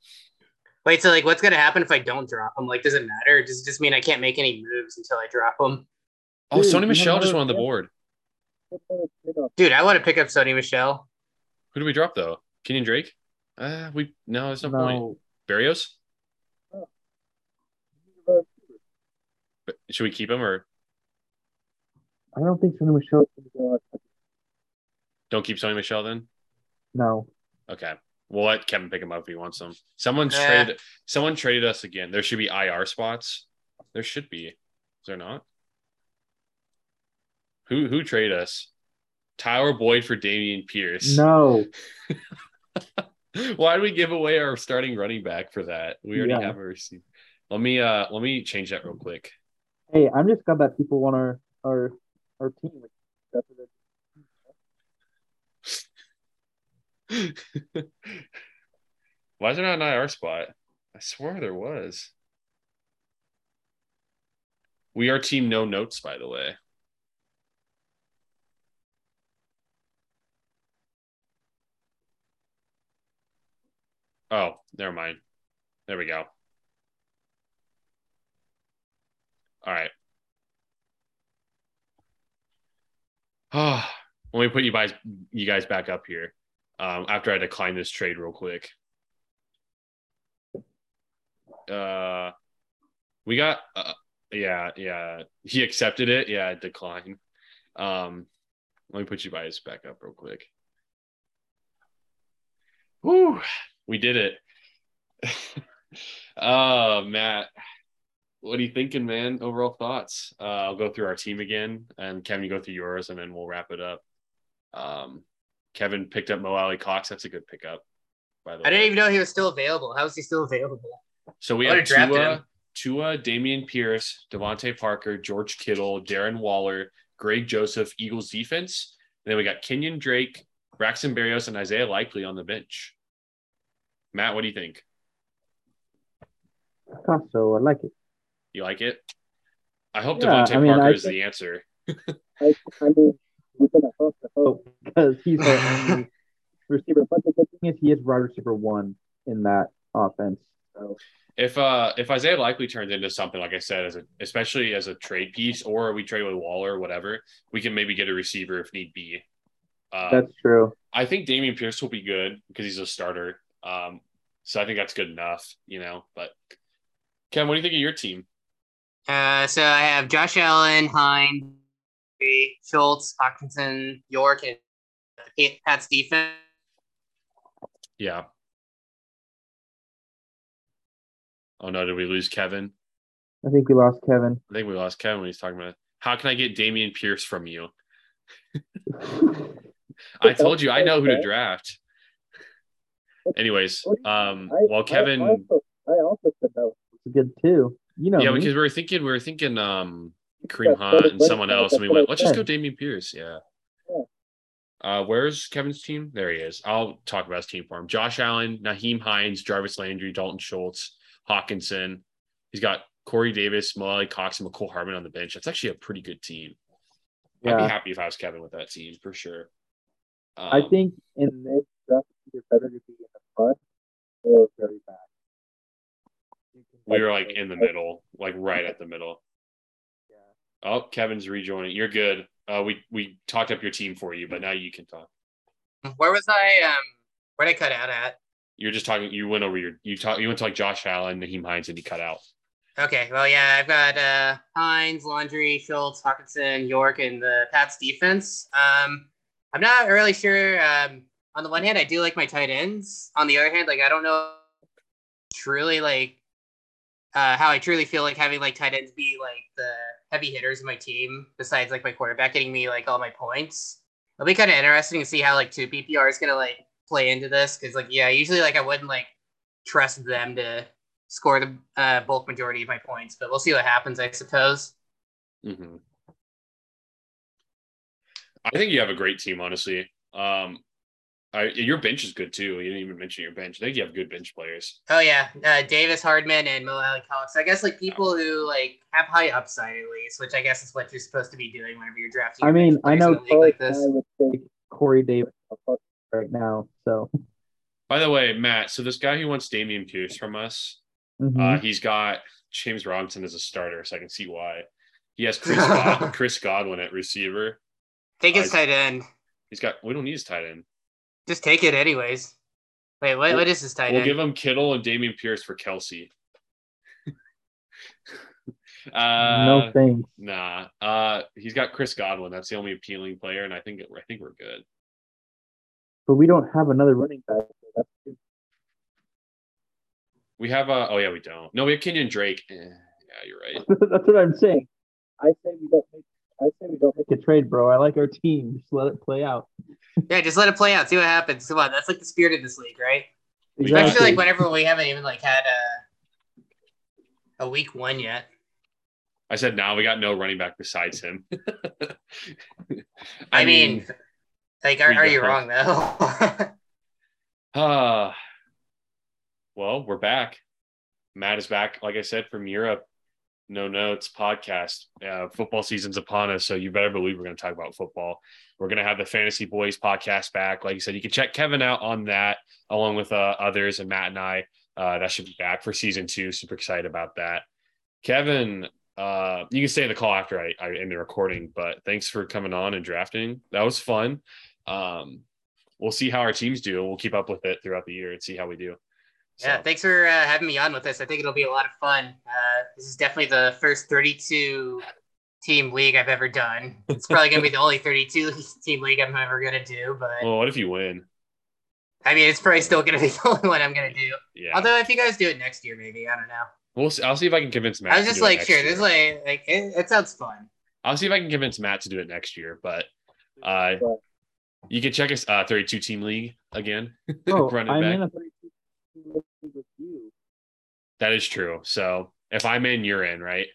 Speaker 3: Wait, so like, what's gonna happen if I don't drop him? Like, does it matter? Does it just mean I can't make any moves until I drop him?
Speaker 1: Oh,
Speaker 4: Dude, you
Speaker 1: Sony
Speaker 4: have
Speaker 1: Michelle just
Speaker 4: another
Speaker 1: won the
Speaker 4: pick?
Speaker 1: board.
Speaker 4: what kind of kid are-
Speaker 3: Dude, I want to pick up Sony Michelle.
Speaker 1: Who do we drop though? Kenyon Drake? Uh, we no, there's no, point.
Speaker 4: No.
Speaker 1: Barrios?
Speaker 4: Uh,
Speaker 1: Should we keep him or
Speaker 4: I don't think Sonny Michelle is going to go out.
Speaker 1: don't keep Sony Michelle then?
Speaker 4: No.
Speaker 1: Okay. We'll let Kevin pick him up if he wants them. Someone's
Speaker 3: Eh.
Speaker 1: traded someone traded us again. There should be IR spots. There should be. Is there not? Who who traded us? Tyler Boyd for Damian Pierce.
Speaker 4: No.
Speaker 1: Why do we give away our starting running back for that? We already
Speaker 4: Yeah.
Speaker 1: have a receipt. Let me uh let me change that real quick.
Speaker 4: Hey, I'm just glad that people want our our our team. Like, that's what it-
Speaker 1: Why is there not an IR spot? I swear there was. We are team no notes, by the way. Oh, never mind. There we go. All right. Ah, let me put you guys you guys back up here. Um, after I decline this trade real quick. Uh, we got uh, yeah yeah he accepted it yeah decline. Um, let me put you guys back up real quick. Woo, we did it. uh, Matt, what are you thinking, man? Overall thoughts? Uh, I'll go through our team again, and Kevin, you go through yours, and then we'll wrap it up. Um, Kevin picked up Mo Alley Cox. That's a good pickup, by the
Speaker 3: I
Speaker 1: way.
Speaker 3: didn't even know he was still available. How is he still available?
Speaker 1: So we
Speaker 3: I
Speaker 1: have
Speaker 3: would've drafted
Speaker 1: Tua,
Speaker 3: him.
Speaker 1: Tua, Damian Pierce, Devontae Parker, George Kittle, Darren Waller, Greg Joseph, Eagles defense. And then we got Kenyon Drake, Braxton Berrios, and Isaiah Likely on the bench. Matt, what do you think?
Speaker 4: So I like it.
Speaker 1: You like it? I hope
Speaker 4: Yeah,
Speaker 1: Devontae
Speaker 4: I mean,
Speaker 1: Parker
Speaker 4: I
Speaker 1: is the answer.
Speaker 2: I, I mean, we're gonna hope to hope.
Speaker 4: because Oh, he's our only receiver. But the good thing is he is wide receiver one in that offense. So
Speaker 1: If uh if Isaiah Likely turns into something, like I said, as a especially as a trade piece, or we trade with Waller or whatever, we can maybe get a receiver if need be. Um,
Speaker 4: that's true.
Speaker 1: I think Damian Pierce will be good because he's a starter. Um, so I think that's good enough, you know. But Ken, what do you think of your team?
Speaker 3: Uh, so I have Josh Allen, Hine, Schultz, Hawkinson, York, and the Pats defense.
Speaker 1: Yeah. Oh no, did we lose Kevin?
Speaker 4: I think we lost Kevin.
Speaker 1: I think we lost Kevin when he's talking about how can I get Damian Pierce from you? I told you I know who to draft. Anyways, um,
Speaker 2: I,
Speaker 1: while
Speaker 2: I
Speaker 1: Kevin,
Speaker 2: also, I also said that.
Speaker 4: It's good too. You know,
Speaker 1: yeah,
Speaker 4: me.
Speaker 1: because we were thinking we were thinking um Kareem Hunt and someone else, and we went, let's just go Damian Pierce. Yeah.
Speaker 2: Yeah.
Speaker 1: Uh, where's Kevin's team? There he is. I'll talk about his team for him. Josh Allen, Naheem Hines, Jarvis Landry, Dalton Schultz, Hawkinson. He's got Corey Davis, Molly Cox, and McCole Harmon on the bench. That's actually a pretty good team. I'd
Speaker 4: Yeah.
Speaker 1: be happy if I was Kevin with that team for sure. Um,
Speaker 4: I think
Speaker 2: In this draft, you're better to be in the front or very back. You can-
Speaker 1: we were like in the middle, like right at the middle.
Speaker 2: Yeah.
Speaker 1: Oh, Kevin's rejoining. You're good. Uh, we we talked up your team for you, but now you can talk.
Speaker 3: Where was I? Um, where would I cut out at?
Speaker 1: You're just talking. You went over your. You talk. You went to like Josh Allen, Naheem Hines, and you cut out.
Speaker 3: Okay, well, yeah, I've got uh, Hines, Laundry, Schultz, Hawkinson, York, and the Pats defense. Um, I'm not really sure. Um, on the one hand, I do like my tight ends. On the other hand, like I don't know truly like uh, how I truly feel like having like tight ends be like the heavy hitters of my team. Besides like my quarterback getting me like all my points, it'll be kind of interesting to see how like two PPR is gonna like play into this because like yeah, usually like I wouldn't like trust them to score the uh, bulk majority of my points, but we'll see what happens, I suppose.
Speaker 1: hmm I think you have a great team, honestly. Um, I, your bench is good too. You didn't even mention your bench. I think you have good bench players.
Speaker 3: Oh yeah, uh, Davis Hardman and Mo Alley Cox. I guess like people who like have high upside at least, which I guess is what you're supposed to be doing whenever you're drafting.
Speaker 4: I
Speaker 3: your
Speaker 4: mean,
Speaker 3: bench
Speaker 4: I
Speaker 3: players
Speaker 4: know
Speaker 3: in a league like
Speaker 2: I
Speaker 3: this.
Speaker 2: would take
Speaker 4: Corey Davis
Speaker 2: apart.
Speaker 4: right now. So
Speaker 1: By the way, Matt. So this guy who wants Damian Pierce from us,
Speaker 4: mhm.
Speaker 1: uh, he's got James Robinson as a starter, so I can see why. He has Chris God- Chris Godwin at receiver.
Speaker 3: Take his
Speaker 1: I-
Speaker 3: tight end.
Speaker 1: He's got. We don't need his tight end.
Speaker 3: Just take it anyways. Wait, what, what is his tight
Speaker 1: We'll
Speaker 3: end?
Speaker 1: give him Kittle and Damian Pierce for Kelsey. uh,
Speaker 4: no thanks.
Speaker 1: Nah. Uh, he's got Chris Godwin. That's the only appealing player, and I think I think we're good.
Speaker 4: But we don't have another running.
Speaker 2: running back. So that's good.
Speaker 1: We have uh oh yeah, we don't. No, we have Kenyon Drake. Eh, yeah, you're right.
Speaker 4: that's what I'm saying.
Speaker 2: I say we don't make. I say we don't make
Speaker 4: Make a trade, bro. I like our team. Just let it play out.
Speaker 3: Yeah, just let it play out. See what happens. Come on, that's like the spirit of this league, right?
Speaker 1: We got-
Speaker 3: Especially like whenever we haven't even like had a a week one yet.
Speaker 1: I said now we got no running back besides him.
Speaker 3: I, mean, like, are,
Speaker 1: we
Speaker 3: are you
Speaker 1: don't.
Speaker 3: wrong though?
Speaker 1: uh, well, we're back. Matt is back, like I said, from Europe. No Notes podcast. Uh, football season's upon us, so you better believe we're going to talk about football. We're going to have the Fantasy Boys podcast back. Like you said, you can check Kevin out on that, along with uh, others and Matt and I. Uh, that should be back for season two. Super excited about that. Kevin, uh, you can stay in the call after I, I end the recording, but thanks for coming on and drafting. That was fun. Um, we'll see how our teams do. We'll keep up with it throughout the year and see how we do. So,
Speaker 3: Yeah, thanks for uh, having me on with us. I think it'll be a lot of fun. Uh, this is definitely the first 32 team league I've ever done. It's probably going to be the only 32 team league I'm ever going to do, but
Speaker 1: well, what if you win?
Speaker 3: I mean, it's probably still going to be the only one I'm going to do.
Speaker 1: Yeah.
Speaker 3: Although, if you guys do it next year, maybe I don't know.
Speaker 1: We'll see, I'll see if I can convince Matt.
Speaker 3: I was
Speaker 1: to
Speaker 3: just
Speaker 1: do it
Speaker 3: like,
Speaker 1: next
Speaker 3: sure,
Speaker 1: year.
Speaker 3: this is like, like it, it sounds fun.
Speaker 1: I'll see if I can convince Matt to do it next year. But uh,
Speaker 2: But-
Speaker 1: you can check us uh, 32 team league again.
Speaker 4: Oh,
Speaker 1: Running
Speaker 4: I'm
Speaker 1: back.
Speaker 4: in a
Speaker 2: with you.
Speaker 1: That is true. So if I'm in, you're in, right?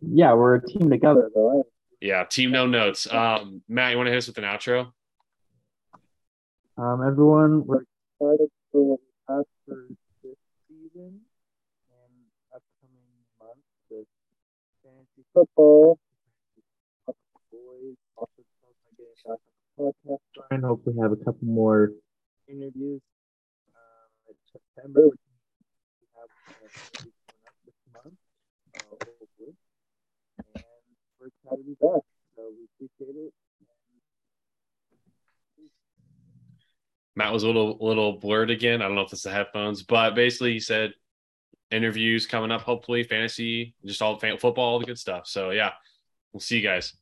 Speaker 4: yeah, we're a team together.
Speaker 2: though.
Speaker 1: Yeah. Team no notes. Um, Matt, you want to hit us with an outro?
Speaker 4: Um, everyone, we're
Speaker 2: I started for us for this season and upcoming months with fantasy football. Boys also talk about getting back on the podcast.
Speaker 4: trying to hopefully have a couple more.
Speaker 2: interviews um, in September, which we have uh, coming up this month, uh, hopefully. And we're excited to be back, so we appreciate it.
Speaker 1: Matt was a little little blurred again. I don't know if it's the headphones, but basically he said interviews coming up, hopefully fantasy, just all fan- football, all the good stuff. So yeah, we'll see you guys.